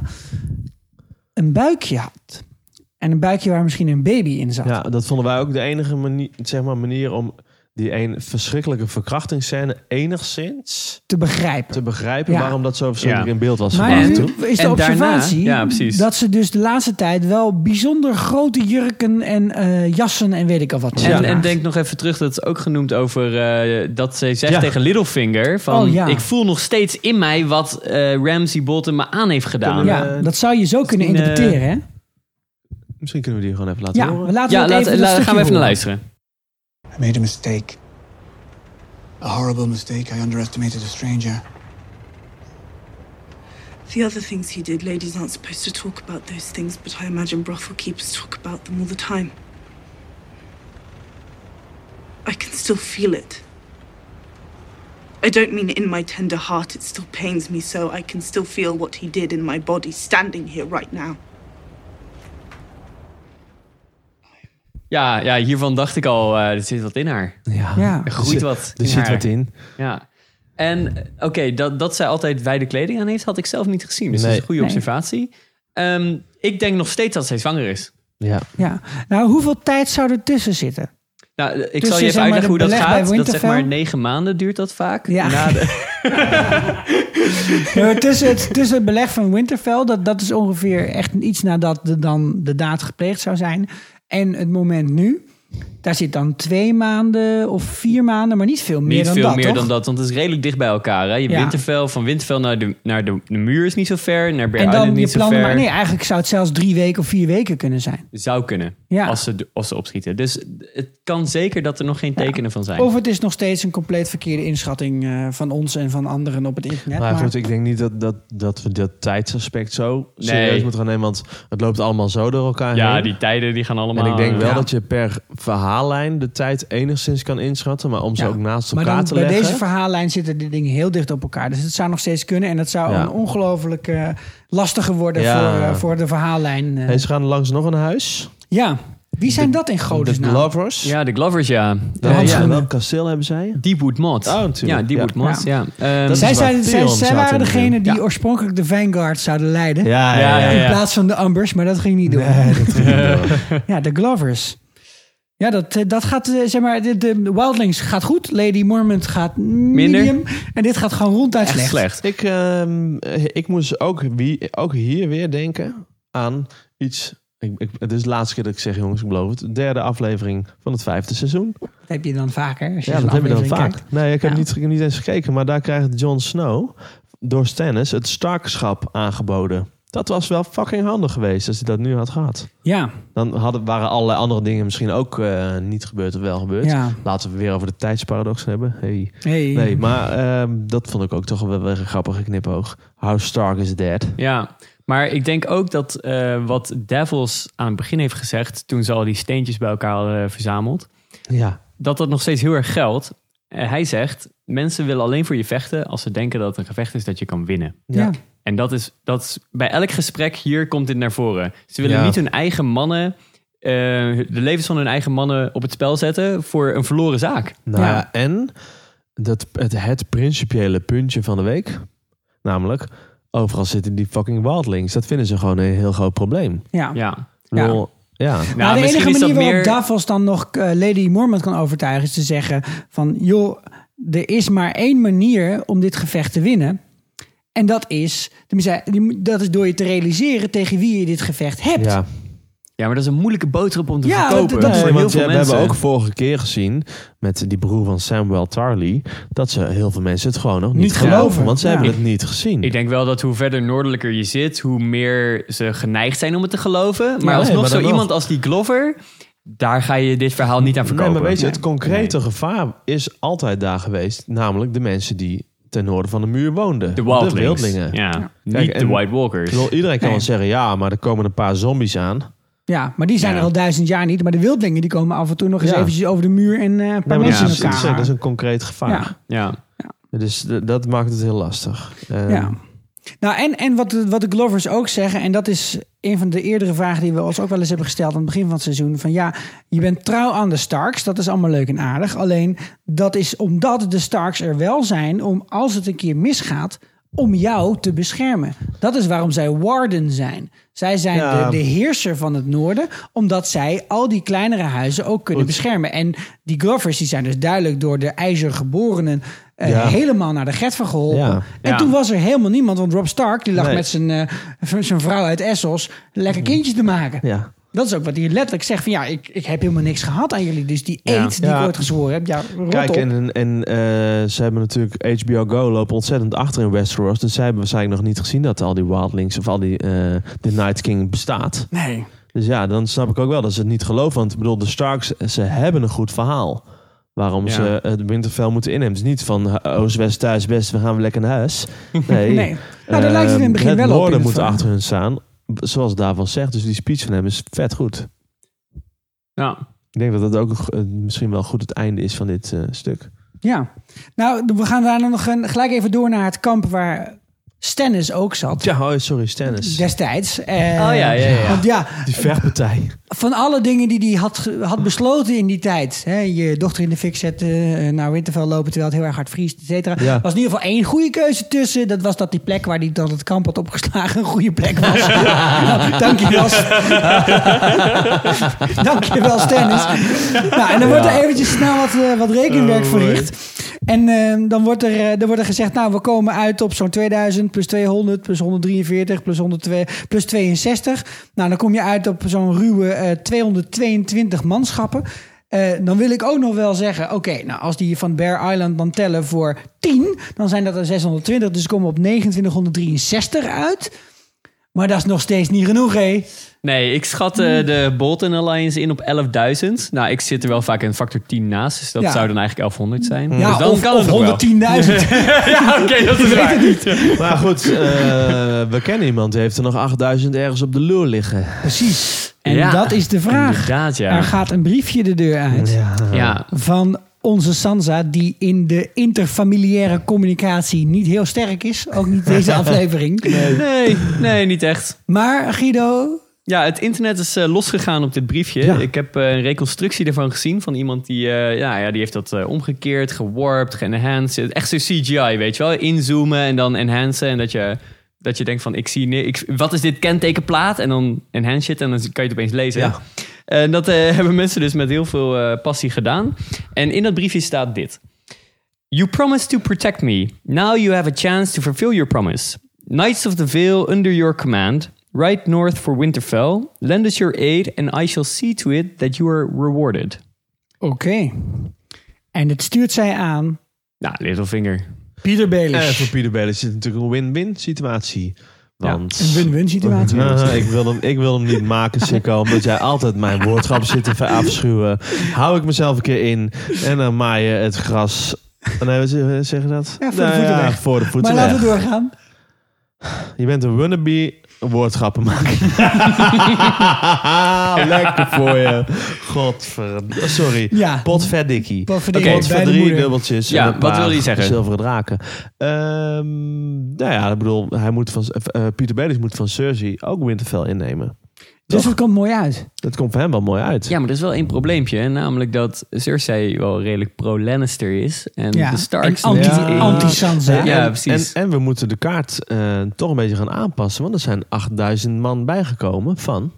A: een buikje had. En een buikje waar misschien een baby in zat.
E: Ja, dat vonden wij ook de enige manier, zeg maar, manier om die een verschrikkelijke verkrachtingsscène enigszins
A: Te begrijpen.
E: te begrijpen
A: Ja.
E: waarom dat zo verschrikkelijk
D: Ja.
E: in beeld was
A: Maar
E: gebracht
D: En-
A: nu
E: toen.
A: is de
D: en daarna-
A: observatie
D: ja, precies.
A: dat ze dus de laatste tijd wel bijzonder grote jurken en eh, jassen en weet ik al wat.
D: En,
A: draagt.
D: en denk nog even terug, dat is ook genoemd over eh, dat ze zegt
E: Ja.
D: tegen Littlefinger van
A: Oh, ja.
D: ik voel nog steeds in mij wat eh Ramsey Bolton me aan heeft gedaan.
E: Kunnen
D: Ja,
E: we-
A: ja,
E: eh,
A: dat zou je zo kunnen
D: misschien, eh,
A: interpreteren, hè?
E: Misschien kunnen we die gewoon even laten
A: Ja,
E: horen.
A: laten we het
D: laat-
A: even, dat
D: laat-
A: stukje
D: gaan we even naar
A: horen.
D: luisteren.
I: I made a mistake. A horrible mistake. I underestimated a stranger.
H: The other things he did, ladies aren't supposed to talk about those things, but I imagine brothel keepers talk about them all the time. I can still feel it. I don't mean in my tender heart, it still pains me so. I can still feel what he did in my body standing here right now.
D: Ja, ja, hiervan dacht ik al, eh, er zit wat in haar.
E: Ja,
A: Ja.
D: Er groeit
E: zit-
D: wat
E: Er
D: in
E: zit
D: haar.
E: wat in.
D: Ja. En eh, oké, dat, dat zij altijd wijde kleding aan heeft, had ik zelf niet gezien. Dus dat
E: Nee.
D: is een goede
A: Nee.
D: observatie. Ehm, ik denk nog steeds dat zij zwanger is.
E: Ja.
A: Ja. Nou, hoeveel tijd zou er tussen
I: [laughs]
A: zitten?
D: Nou, eh, ik
A: Dus
D: zal
A: je
D: je even
A: zeg maar
D: uitleggen hoe
A: de
D: dat
A: beleg bij
D: gaat. Dat zeg
A: Winterfell?
D: maar negen maanden duurt dat vaak.
A: Ja. [laughs]
D: Na de,
A: Ja, maar Nou, tussen, het, tussen het beleg van Winterfell, dat, dat is ongeveer echt iets nadat de, dan de daad gepleegd zou zijn. En het moment nu, daar zit dan twee maanden of vier maanden, maar niet veel meer
D: niet
A: dan
D: veel
A: dat,
D: meer
A: toch?
D: dan dat, want het is redelijk dicht bij elkaar. Hè? Je
A: Ja.
D: Winterfell, van Winterfell naar, de, naar de, de muur is niet zo ver. Naar Bear
A: En
D: Island
A: dan je
D: niet zo
A: plannen
D: ver.
A: maar... Nee, eigenlijk zou het zelfs drie weken of vier weken kunnen zijn.
D: Zou kunnen,
A: Ja.
D: als, ze, als ze opschieten. Dus het kan zeker dat er nog geen tekenen van zijn.
A: Of het is nog steeds een compleet verkeerde inschatting eh, van ons en van anderen op het internet.
E: Maar,
A: Maar,
E: goed, ik denk niet dat, dat, dat we dat tijdsaspect zo
D: Nee.
E: serieus moeten gaan nemen. Want het loopt allemaal zo door elkaar
D: ja,
E: heen.
D: die tijden die gaan allemaal...
E: en ik denk wel
D: Ja.
E: dat je per verhaallijn de tijd enigszins kan inschatten. Maar om ze
A: Ja.
E: ook naast
A: maar
E: elkaar
A: dan,
E: te
A: bij
E: leggen...
A: deze verhaallijn zitten die dingen heel dicht op elkaar. Dus het zou nog steeds kunnen. En dat zou
E: Ja.
A: een ongelooflijk eh, lastige worden
E: Ja.
A: voor, eh, voor de verhaallijn. eh.
E: Hey, ze gaan langs nog een huis.
A: Ja, wie zijn dat in
E: De
A: godesnaam?
E: Lovers.
D: Ja, de Glovers, ja.
E: Ja,
D: ja,
E: ja,
A: handschoenen.
E: welk kasteel hebben zij?
D: Deepwood Mod.
E: Oh, natuurlijk.
D: Ja, Deepwood
E: Ja.
D: Mod, ja. Ehm,
E: Dat is
A: Zij,
E: waar
A: zijn, zij,
E: Theon
A: zij
E: zat
A: waren
E: in de
A: degene
E: film.
A: die
D: Ja.
A: oorspronkelijk de Vanguard zouden leiden.
E: Ja,
D: ja, ja.
A: In plaats van de Ambers, maar dat ging niet door. ja, de Glovers. Ja, dat, eh, dat gaat, eh, zeg maar, de, de Wildlings gaat goed. Lady Mormont gaat
D: Minder.
A: medium. En dit gaat gewoon ronduit
D: echt
A: slecht.
D: slecht.
E: Ik, ehm, eh, ik moest ook, wie, ook hier weer denken aan iets... Ik, ik- het is de laatste keer dat ik zeg, jongens, ik beloof het. De derde aflevering van het vijfde seizoen.
A: Dat heb je dan vaker. Als je
E: Ja,
A: zo'n
E: dat hebben we dan
A: aflevering
E: vaak.
A: kijkt.
E: Nee, ik heb,
A: Ja.
E: niet, ik heb niet eens gekeken. Maar daar krijgt Jon Snow door Stannis het Starkschap aangeboden. Dat was wel fucking handig geweest als hij dat nu had gehad.
A: Ja,
E: Dan hadden, waren allerlei andere dingen misschien ook eh, niet gebeurd of wel gebeurd.
A: ja.
E: Laten we weer over de tijdsparadox hebben. Hey.
A: Hey.
E: Nee, maar ehm, dat vond ik ook toch wel, wel een grappige knipoog. How Stark is dead.
D: Ja, maar ik denk ook dat eh, wat Devils aan het begin heeft gezegd... toen ze al die steentjes bij elkaar hadden verzameld...
E: Ja.
D: dat dat nog steeds heel erg geldt. Eh, hij zegt, mensen willen alleen voor je vechten... als ze denken dat het een gevecht is dat je kan winnen.
A: ja.
E: Ja.
D: En dat is, dat is bij elk gesprek hier komt dit naar voren. Ze willen
E: Ja.
D: niet hun eigen mannen, eh, de levens van hun eigen mannen op het spel zetten voor een verloren zaak.
E: Nou
A: Ja.
E: ja, en dat, het, het principiële puntje van de week. Namelijk, overal zitten die fucking wildlings. Dat vinden ze gewoon een heel groot probleem.
A: ja.
D: Ja. Nou,
A: Ja.
E: Ja. ja.
A: Nou, de enige
D: is dat
A: manier waarop
D: meer-
A: Davos dan nog eh, Lady Mormont kan overtuigen... is te zeggen van, joh, er is maar één manier om dit gevecht te winnen. En dat is, tenminste, die moet- dat is door je te realiseren tegen wie je dit gevecht hebt.
E: ja.
D: Ja, maar dat is een moeilijke boodschap om te
A: Ja, dat-
D: verkopen.
A: dat-
D: voor
E: Nee,
D: heel
E: want
D: veel
E: we
D: mensen.
E: hebben ook vorige keer gezien met die broer van Samuel Tarly dat ze heel veel mensen het gewoon nog niet,
A: Niet
E: geloven,
A: geloven,
E: want ze
A: ja.
E: hebben het niet gezien.
D: Ik denk wel dat hoe verder noordelijker je zit, hoe meer ze geneigd zijn om het te geloven. Maar
E: nee,
D: alsnog
E: maar
D: zo
E: dan nog.
D: iemand als die Glover, daar ga je dit verhaal niet aan
E: nee,
D: verkopen.
E: maar weet je, het concrete gevaar is altijd daar geweest, namelijk de mensen die ten noorden van de muur woonden,
D: de Wildlings.
E: wildlingen.
D: Ja,
E: Kijk,
D: niet de
E: en-
D: White Walkers.
E: Ik bedoel, iedereen kan
A: Nee.
E: wel zeggen, ja, maar er komen een paar zombies aan.
A: Ja, maar die zijn
D: Ja.
A: er al duizend jaar niet. Maar de wildlingen die komen af en toe nog eens
E: Ja.
A: eventjes over de muur en eh een paar
E: Nee, maar
A: mensen
E: dat, is,
A: in elkaar.
E: dat is een concreet gevaar.
D: Ja.
E: Dus d- dat maakt het heel lastig. Eh,
A: Ja. Nou, en, en wat, de- wat de Glovers ook zeggen, en dat is een van de eerdere vragen die we ons ook wel eens hebben gesteld aan het begin van het seizoen: van ja, je bent trouw aan de Starks, dat is allemaal leuk en aardig. Alleen dat is omdat de Starks er wel zijn om als het een keer misgaat, om jou te beschermen. Dat is waarom zij Warden zijn. Zij zijn
E: Ja.
A: de, de heerser van het noorden, omdat zij al die kleinere huizen ook kunnen beschermen. En die Glovers die zijn dus duidelijk door de ijzergeborenen eh,
E: Ja.
A: helemaal naar de get van geholpen.
E: Ja.
A: En
D: Ja.
A: toen was er helemaal niemand, want Rob Stark die lag
E: Nee. Mhm.
A: met zijn, eh, v- zijn vrouw uit Essos lekker kindjes te maken.
E: ja.
A: Dat is ook wat hij letterlijk zegt: van ja, ik, ik heb helemaal niks gehad aan jullie. Dus die eet
D: Ja.
A: die
E: Ja.
A: ik ooit gezworen heb, ja, rot
E: Kijk,
A: op.
E: en, en eh, ze hebben natuurlijk HBO Go lopen ontzettend achter in Westeros. Dus zij hebben waarschijnlijk nog niet gezien dat al die Wildlings of al die eh The Night King bestaat.
A: nee.
E: Dus ja, dan snap ik ook wel dat ze het niet geloven. Want ik bedoel, de Starks, ze hebben een goed verhaal. Waarom
D: Ja.
E: ze het Winterfell moeten innemen. Het is niet van eh, oost, west, thuis, west, we gaan weer lekker naar
A: [laughs]
E: huis. Nee,
A: Nee. Nou, daar lijkt het in het
E: Eh,
A: begin wel op, in
E: noorden
A: het
E: moet
A: verhaal.
E: achter hun staan. Zoals daarvan zegt. Dus die speech van hem is vet goed.
D: ja.
E: Ik denk dat dat ook eh, misschien wel goed het einde is van dit eh, stuk.
A: Ja. Nou, we gaan daarna nog een, gelijk even door naar het kamp waar Stennis ook zat.
E: Ja, oh, sorry, Stennis.
A: Destijds. Eh,
D: ja, ja, ja.
A: Want ja,
E: Die vechtpartij.
A: van alle dingen die hij had, ge- had besloten in die tijd. Hè, je dochter in de fik zetten, eh, naar Winterfell lopen terwijl het heel erg hard vriest, et cetera.
E: Ja.
A: was in ieder geval één goede keuze tussen. Dat was dat die plek waar hij dan het kamp had opgeslagen een goede plek was. Nou, Dank je wel. Dank je wel, Stennis. Nou, en dan wordt er eventjes snel wat, eh, wat
D: Oh,
A: rekenwerk verricht. En eh, dan, wordt er, eh, dan wordt er gezegd, nou, we komen uit op zo'n 2000 plus 200 plus 143 plus, 102, plus 62. Nou, dan kom je uit op zo'n ruwe eh, 222 manschappen. Eh, dan wil ik ook nog wel zeggen, oké, nou als die van Bear Island dan tellen voor 10, dan zijn dat er 620, dus komen we op 2963 uit. Maar dat is nog steeds niet genoeg,
D: Hmm,
A: hé.
D: Nee, ik schat eh, de Bolton Alliance in op 11.000. Nou, ik zit er wel vaak een factor 10 naast. Dus dat
A: Ja.
D: zou dan eigenlijk 1100 zijn.
A: Ja,
D: dus dan
A: of,
D: kan het
A: of
D: nog wel.
A: 110.000.
D: Ja, [laughs]
E: [laughs]
D: oké, dat is waar.
E: [laughs] Maar goed, eh, we kennen iemand die heeft er nog 8000 ergens op de loer liggen.
A: Precies. En
D: Ja,
A: dat is de vraag.
D: Inderdaad,
A: Er
D: ja.
A: gaat een briefje de deur uit
D: ja.
A: van onze Sansa, die in de interfamiliaire communicatie niet heel sterk is. Ook niet deze aflevering.
D: Nee, nee, niet echt.
A: Maar Guido,
D: Ja, het internet is eh, losgegaan op dit briefje.
E: Ja.
D: Ik heb eh, een reconstructie ervan gezien van iemand die, eh, ja, ja, die heeft dat eh, omgekeerd, gewarpt, geënhanced. Echt zo'n CGI, weet je wel. Inzoomen en dan enhancen. En dat je, dat je denkt van, ik zie, ni- ik, wat is dit kentekenplaat? En dan enhance je het en dan kan je het opeens lezen.
E: Ja.
D: En dat eh, [laughs] hebben mensen dus met heel veel eh, passie gedaan. En in dat briefje staat dit. You promised to protect me. Now you have a chance to fulfill your promise. Knights of the Vale under your command, ride north for Winterfell. Lend us your aid, and I shall see to it that you are rewarded.
A: oké. En het stuurt zij aan
D: Nou, Littlefinger.
A: Pieter
E: Eh,
A: Baelish.
E: voor Peter Bell is het natuurlijk een win-win situatie. Want...
A: Een win-win situatie.
E: [laughs] Eh, ik, wil hem, ik wil hem niet maken, Sikko, omdat jij altijd mijn woordgrap zit te verafschuwen. Hou ik mezelf een keer in en dan maaien het gras. Nee, wat zeg- wat zeggen dat?
A: Ja, voor de
E: Nou
A: voeten weg.
E: voor de voeten
A: Maar laten
E: weg.
A: we doorgaan.
E: Je bent een wannabe woordgrappen maken. [laughs] Lekker voor je. Godverdomme. Sorry.
A: Ja.
E: Potverdikkie.
A: Potverdikkie,
E: Potverdrie
A: bij de
E: drie
A: moeder.
E: dubbeltjes
D: Ja,
E: en een
D: wat
E: paar
D: wil je zeggen?
E: zilveren draken. Ehm, nou ja, ik bedoel, hij moet van, eh, eh, Peter Baelish moet van Cersei ook Winterfell innemen.
A: Dus het komt mooi uit.
E: Dat komt voor hem wel mooi uit.
D: Ja, maar er is wel één probleempje. hè, Namelijk dat Cersei wel redelijk pro-Lannister is. En
A: Ja.
D: de Starks...
A: En anti-
D: niet
E: Ja.
D: echt.
A: anti-Sansa.
E: En-
D: Ja,
E: en-
D: precies.
E: En, en we moeten de kaart eh, toch een beetje gaan aanpassen. Want er zijn 8000 man bijgekomen van,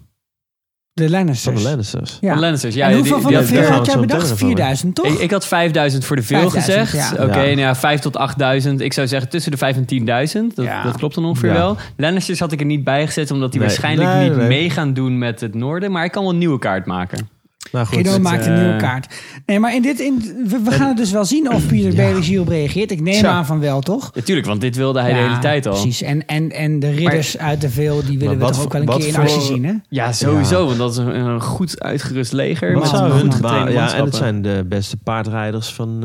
A: De
E: van de
A: Lannisters.
E: Lannisters.
A: Ja.
D: Van Lannisters, ja,
A: en
D: die-
A: hoeveel
D: die-
A: van de
D: die-
A: veel
E: daar gaan
A: had
E: we
A: jij
E: het zo
A: bedacht?
E: meteen over
A: 4000, toch?
D: Ik, ik had 5000 voor de veel
A: 5000,
D: gezegd.
A: ja.
D: Oké,
E: Ja.
D: nou ja, 5 tot 8000. Ik zou zeggen tussen de 5 en 10.000. Dat,
A: Ja.
D: dat klopt dan ongeveer
E: Ja.
D: wel. Lannisters had ik er niet bij gezet, omdat die
E: Nee.
D: waarschijnlijk
E: Nee,
D: niet
E: nee.
D: mee gaan doen met het noorden. Maar ik kan wel een nieuwe kaart maken.
E: Nou goed.
A: Guido
E: het-
A: maakt een
D: eh,
A: nieuwe kaart. Nee, maar in dit, in, we, we gaan het dus wel zien of Pieter Baelish hierop reageert. Ik neem
E: Tja.
A: aan van wel, toch?
D: Natuurlijk, want dit wilde hij de hele tijd al.
A: Precies. En, en, en de ridders uit de veel, die willen we
E: wat
A: toch ook wel een
E: voor-
A: keer in
E: wat
A: actie
E: voor-
A: zien, hè?
D: Ja, sowieso, want dat is een, een goed uitgerust leger.
E: Wat
D: met
E: zou
D: een
E: hun
D: goed getrainde
E: maar- ja, en het
D: manschappen.
E: zijn de beste paardrijders van,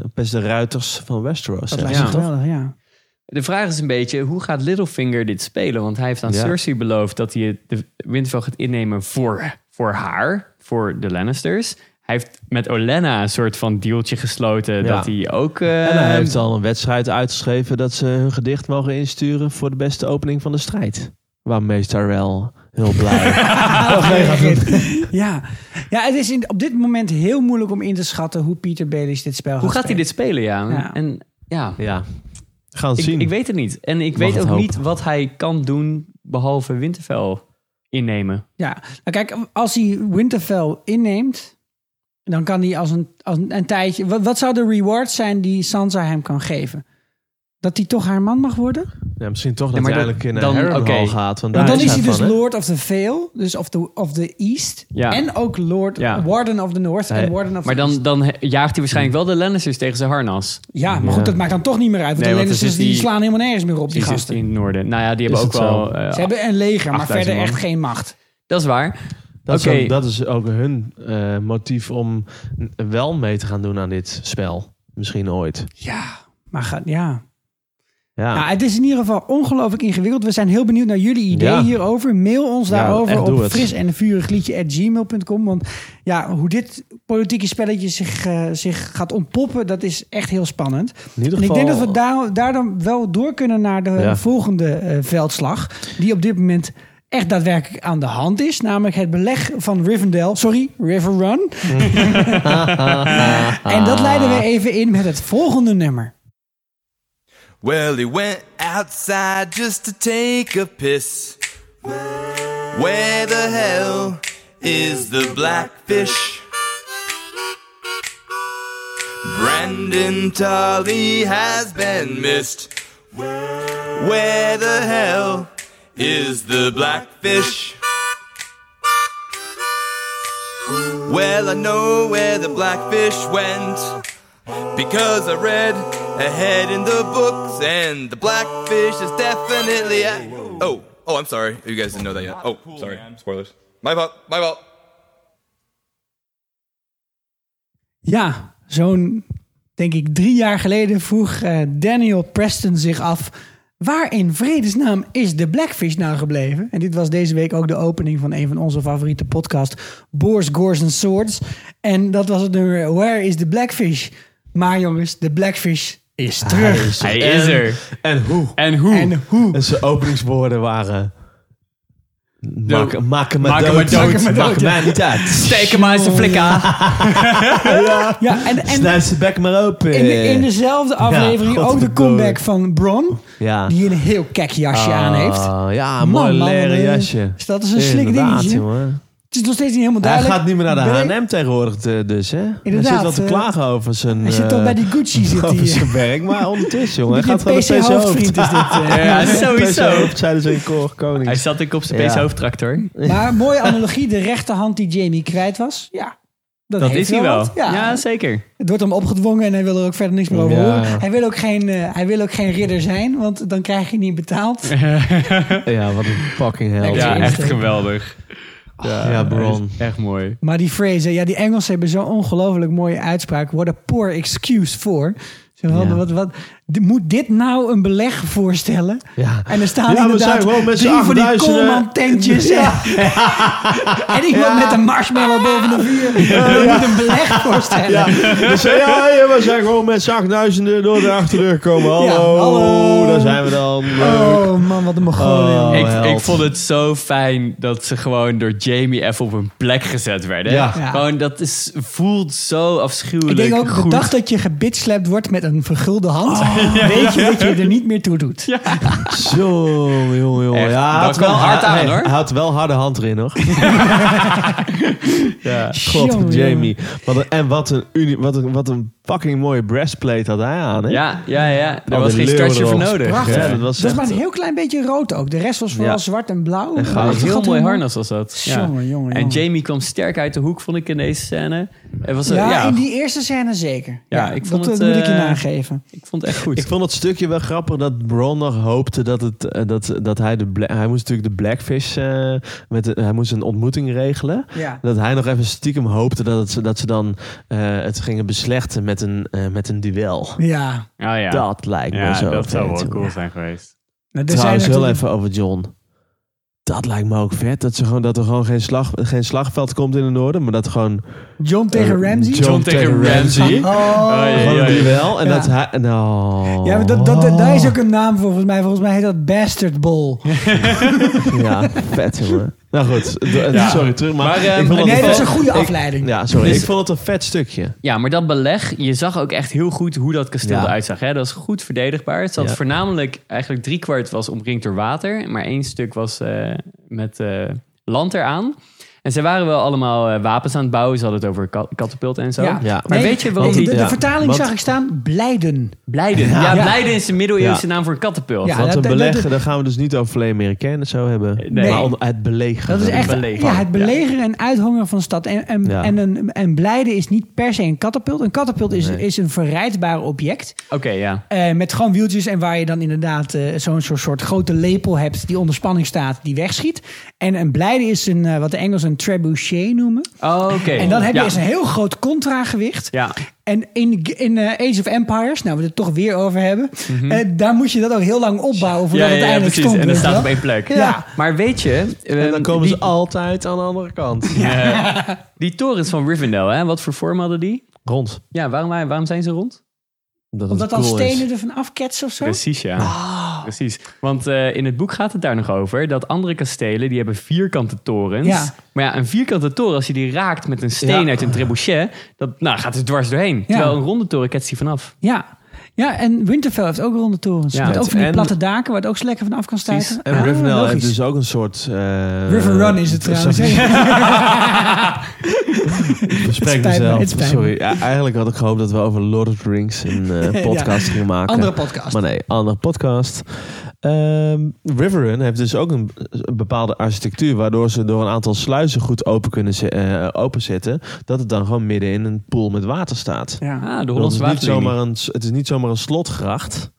E: eh, beste ruiters van Westeros.
A: Dat
E: zeg.
A: lijkt me
D: ja.
A: geweldig,
D: [laughs]
A: ja.
D: De vraag is een beetje, hoe gaat Littlefinger dit spelen? Want hij heeft aan
E: Ja.
D: Cersei beloofd dat hij het- de Winterfell gaat innemen voor, voor haar, voor de Lannisters. Hij heeft met Olenna een soort van dealtje gesloten dat hij ook... eh,
E: En hij heeft al een wedstrijd uitgeschreven dat ze hun gedicht mogen insturen voor de beste opening van de strijd. Waar meester wel heel
A: [laughs]
E: blij.
A: ja. ja, het is in, op dit moment heel moeilijk om in te schatten hoe Pieter Baelish dit spel
D: hoe gaat hij dit spelen, ja?
A: Ja.
D: En ja,
E: ja, gaan we
D: ik,
E: zien.
D: ik weet het niet. En ik weet ook
E: het hopen.
D: niet wat hij kan doen behalve Winterfell innemen.
A: Ja, nou kijk, als hij Winterfell inneemt, dan kan hij als een, als een, een tijdje... Wat, wat zou de reward zijn die Sansa hem kan geven? Dat hij toch haar man mag worden?
E: Ja, misschien toch dat
D: Ja, maar
E: hij
D: dat-
E: eigenlijk in naar
D: dan-
E: Harrenhal
D: oké.
E: gaat. Want
A: Want
E: daar
A: dan is hij dus
E: van, hè?
A: Lord of the Vale, dus of the, of the East.
D: Ja.
A: En ook Lord
D: Ja.
A: Warden of the North
E: Nee,
A: en Warden of
D: Maar
A: the East.
D: dan, dan he- jaagt hij waarschijnlijk wel de Lannisters tegen zijn harnas.
A: Ja, maar goed, dat maakt dan toch niet meer uit. Want
D: Nee,
A: de
D: want er
A: Lannisters
D: zit
A: die,
D: die-
A: slaan helemaal nergens meer op, die
D: Die zit
A: gasten.
D: in het noorden. Nou ja, die hebben ook
E: het
D: wel...
E: zo?
D: eh,
A: Ze hebben een leger, maar
D: 8000
A: verder echt
D: man.
A: geen macht.
D: Dat is waar.
E: Dat, is
D: Oké.
E: ook- dat is ook hun eh, motief om n- wel mee te gaan doen aan dit spel. Misschien ooit.
A: Ja, maar ga, ja.
E: Ja.
A: Nou, het is in ieder geval ongelooflijk ingewikkeld. We zijn heel benieuwd naar jullie ideeën
E: Ja.
A: hierover. Mail ons
E: Ja,
A: daarover
E: echt, doe
A: op
E: het.
A: fris en Want ja, hoe dit politieke spelletje zich, eh, zich gaat ontpoppen, dat is echt heel spannend.
E: In ieder
A: En ik
E: geval-
A: denk dat we daar, daar dan wel door kunnen naar de
E: Ja.
A: volgende eh, veldslag. Die op dit moment echt daadwerkelijk aan de hand is. Namelijk het beleg van Rivendell. Sorry, River Run. [laughs] en dat leiden we even in met het volgende nummer.
J: Well, he went outside just to take a piss. Where the hell is the blackfish? Brandon Tully has been missed. Where the hell is the blackfish? Well, I know where the blackfish went. Because I read ahead in the books, and the blackfish is definitely a. Oh, oh, I'm sorry. You guys didn't know that yet. Oh, sorry. Spoilers. My fault. My fault.
A: Ja, zo'n, denk ik, drie jaar geleden vroeg eh, Daniel Preston zich af... waar in vredesnaam is de Blackfish nou gebleven? En dit was deze week ook de opening van een van onze favoriete podcasts... Boars, Gores and Swords. En dat was het nummer Where is the Blackfish? Maar jongens, de Blackfish is
E: Ah.
A: terug.
D: Hij is
E: En-
D: er.
E: En hoe?
D: En hoe?
A: En hoe?
E: En zijn openingswoorden waren... Maak, maak me
D: Maak
E: dood.
D: me dood.
E: Maak me
A: Maak
E: mij niet uit.
D: Steek hem uit zijn flikker.
A: Ja, en, en
E: Snuit zijn bek maar open.
A: in, de- in dezelfde aflevering
E: Ja,
A: ook de
E: godverdomme.
A: comeback van Bron...
E: Ja.
A: die een heel kek jasje aan heeft.
E: Ah, Ja,
A: Man,
E: mooi
A: man,
E: leren
A: man,
E: jasje.
A: dus dat is een slik
E: Inderdaad,
A: dingetje.
E: jongen.
A: Het is nog steeds niet helemaal
E: Hij
A: duidelijk.
E: gaat niet meer naar de
A: Ben ik-
E: H&M tegenwoordig eh, dus, hè?
A: Inderdaad,
E: hij zit wat te
A: eh,
E: klagen over zijn...
A: hij zit toch
E: eh,
A: bij die
E: [laughs]
A: Gucci, zit hij,
E: Over
A: eh.
E: zijn werk, maar ondertussen, jongen. Hij
A: Een
E: gaat gewoon
A: PC
E: naar PC
A: hoofdvriend
E: Hoofd.
A: is dit.
E: [laughs]
A: eh.
D: [laughs]
A: [laughs]
D: Ja, sowieso.
E: PC zeiden ze in Koor Koning.
D: Hij zat ik op zijn
E: Ja.
D: ja. hoofdtractor.
A: Maar mooie analogie, de rechterhand die Jamie kwijt was. Ja, dat,
D: Dat
A: heeft
D: is hij wel.
A: wat.
D: Ja.
A: Ja.
D: zeker.
A: Het wordt hem opgedwongen en hij wil er ook verder niks meer over
E: Ja.
A: horen. Hij wil, ook geen, eh, hij wil ook geen ridder zijn, want dan krijg je niet betaald.
E: Ja, wat een fucking held.
A: Lekker.
D: Ja,
E: Ja,
D: echt geweldig. Ja,
E: Bron.
D: dat is Echt mooi.
A: Maar die phrase, ja, die Engelsen hebben zo'n ongelooflijk mooie uitspraak. What a poor excuse for. Zo van,
E: Ja.
A: wat, wat, d- moet dit nou een beleg voorstellen?
E: Ja.
A: En er staan
E: Ja, we
A: inderdaad
E: zijn gewoon met z'n
A: drie van die
E: 8000, eh,
A: Coleman-tentjes. [laughs] En, en iemand met een marshmallow boven de vuur. We moeten een beleg voorstellen.
E: Ja, dus, eh, ja, ja, we zijn gewoon met z'n achtduizenden door de achterdeur gekomen. Hallo,
A: hallo.
E: daar zijn we dan.
A: Oh man, wat een mogool. joh.
E: Oh,
D: ik, ik
E: held.
D: vond het zo fijn dat ze gewoon door Jamie even op hun plek gezet werden.
E: Ja.
A: Ja.
D: Gewoon, dat is, voelt zo afschuwelijk
A: Ik denk ook, de
D: goed.
A: dag dat je gebitslapt wordt met een vergulde hand,
E: Oh.
A: weet
E: [laughs]
A: je dat je er niet meer toe doet.
E: Zo, jongen, jongen.
D: Echt,
E: Ja, hij had
D: dat kwam
E: wel
D: hard aan,
E: hij-
D: hoor.
E: Hij had wel harde hand erin, hoor. ja,
A: Jongen,
E: god, Jamie. Wat een, en wat een, uni, wat, een, wat een fucking mooie breastplate had hij aan, hè?
D: Ja, ja, ja. Er
E: Al
D: was
E: die
D: geen
E: leeuwen
D: stretcher voor
E: erop.
D: nodig.
A: Prachtig.
E: Ja, dat
A: Dus Dat
E: was
A: is
E: echt-
A: maar een heel klein beetje rood ook. De rest was vooral
E: Ja.
A: zwart en blauw.
E: En goud.
A: Maar
D: Een
A: het
D: heel
A: gaat
D: mooi
A: helemaal-
D: harnas was dat. Ja.
A: Jongen, jongen,
D: En
A: jongen.
D: Jamie kwam sterk uit de hoek, vond ik in deze scène. Het was, een-
A: Ja,
D: ja,
A: in die eerste scène zeker.
D: Ja, ik vond
A: dat
D: het,
A: eh, moet ik je
D: eh,
A: nageven.
D: ik vond het echt goed.
E: Ik vond het stukje wel grappig dat Bron nog hoopte dat, het, eh, dat, dat hij de bla- hij moest natuurlijk de Blackfish eh, met de- hij moest een ontmoeting regelen.
A: Ja.
E: Dat hij nog even stiekem hoopte dat, het, dat ze dan eh, het gingen beslechten met een, eh, met een duel.
A: Ja.
D: Ah, ja.
E: Dat lijkt me zo. vet, jongen.
D: zijn geweest.
A: Nou, er zijn
E: Trouwens, heel
A: natuurlijk-
E: even over John. Dat lijkt me ook vet. Dat, ze gewoon, dat er gewoon geen, slag, geen slagveld komt in het noorden. Maar dat gewoon...
A: John tegen
E: eh,
A: Ramsey.
E: John, tegen Ramsey.
A: Oh.
D: Oh,
E: Gewoon
D: ja,
E: een
D: ja.
E: duel. En
A: Ja.
E: dat hij... Nou...
A: Ja, maar dat, dat, dat- daar is ook een naam voor, volgens mij. Volgens mij heet dat Bastard Bowl.
E: Ja, vet jongen. Nou goed, d- sorry terug. Maar,
D: Maar, ehm,
E: ik vond het
A: Nee,
E: een
A: dat is een
E: vet-
A: goede
E: ik-
A: afleiding.
E: Ja, sorry.
D: Dus-
E: ik vond het een vet stukje.
D: Ja, maar dat beleg, je zag ook echt heel goed hoe dat kasteel
E: Ja.
D: eruit zag. Hè? Dat was goed verdedigbaar. Het zat
E: Ja.
D: voornamelijk, eigenlijk driekwart was omringd door water. Maar één stuk was eh, met eh, land eraan. En ze waren wel allemaal eh, wapens aan het bouwen. Ze hadden het over ka- katapulten en zo.
A: Ja.
E: Ja.
D: Maar
A: Nee,
D: weet je waarom
A: nee,
D: die...
A: de, de
E: ja.
A: vertaling
E: Want-
A: zag ik staan, blijden.
D: Blijden. Ja,
A: Ja.
D: Blijden is de middeleeuwse
E: Ja.
D: naam voor een katapult.
A: Ja,
E: Want
A: dat-
E: een
A: dat-
E: beleggen,
A: dat-
E: daar gaan we dus niet over Vlee Amerikanen zo hebben.
D: Nee.
E: Maar om het belegeren.
A: Dat is echt
D: belegeren.
A: Ja, het belegeren en uithongeren van de stad. En, en,
E: Ja.
A: en, een, en blijden is niet per se een katapult. Een katapult is, is een verrijdbaar object.
D: Oké, ja.
A: eh, met gewoon wieltjes en waar je dan inderdaad eh, zo'n soort, soort grote lepel hebt die onder spanning staat, die wegschiet. En een blijde is een, eh, wat de Engels een een trebuchet noemen.
D: Oh, oké.
A: En dan heb je
D: Ja.
A: eens een heel groot contragewicht.
D: Ja.
A: En in, in eh, Age of Empires, nou we het toch weer over hebben, eh, daar moet je dat ook heel lang opbouwen voordat het eindelijk
D: precies.
A: stond.
D: en dat
A: weet je
D: staat op
A: wel?
D: één plek.
A: Ja.
D: Maar weet je... ehm,
E: En dan komen ze
D: die,
E: altijd aan de andere kant.
D: eh, die torens van Rivendell, hè, wat voor vorm hadden die?
E: Rond.
D: Ja, waarom, waarom zijn ze rond?
E: Dat het
A: Omdat dan
E: cool is.
A: stenen er van afketsen of zo.
D: Precies, ja. Precies. Want eh, in het boek gaat het daar nog over dat andere kastelen die hebben vierkante torens.
A: Ja.
D: Maar ja, een vierkante toren, als je die raakt met een steen
E: Ja.
D: uit een trebuchet, dat nou, gaat er dwars doorheen. Terwijl een ronde toren ketst die vanaf.
A: Ja. ja, en Winterfell heeft ook ronde torens.
D: Ja.
A: met ook van die
E: En-
A: platte daken waar het ook zo lekker van af kan
E: Precies.
A: stuiten.
E: En
A: Ah,
E: Rivendell heeft
A: logisch.
E: dus ook een soort... eh,
A: River Run is het trouwens. [laughs]
E: sorry,
A: hè?
E: Ik
A: spijt
E: bespreek
A: me,
E: mezelf.
A: het spijt me.
E: Sorry. Ja, eigenlijk had ik gehoopt dat we over Lord of the Rings een
A: [laughs]
E: eh, podcast gingen maken.
A: Andere podcast.
E: Maar nee, andere podcast. Ehm River Run heeft dus ook een, een bepaalde architectuur... waardoor ze door een aantal sluizen goed open kunnen ze- eh, openzetten... dat het dan gewoon midden in een pool met water staat.
A: Ja.
D: Ah, de
E: Dat is
D: Hollandse
E: niet
D: waterlinie.
E: zomaar een, het is niet zomaar een slotgracht.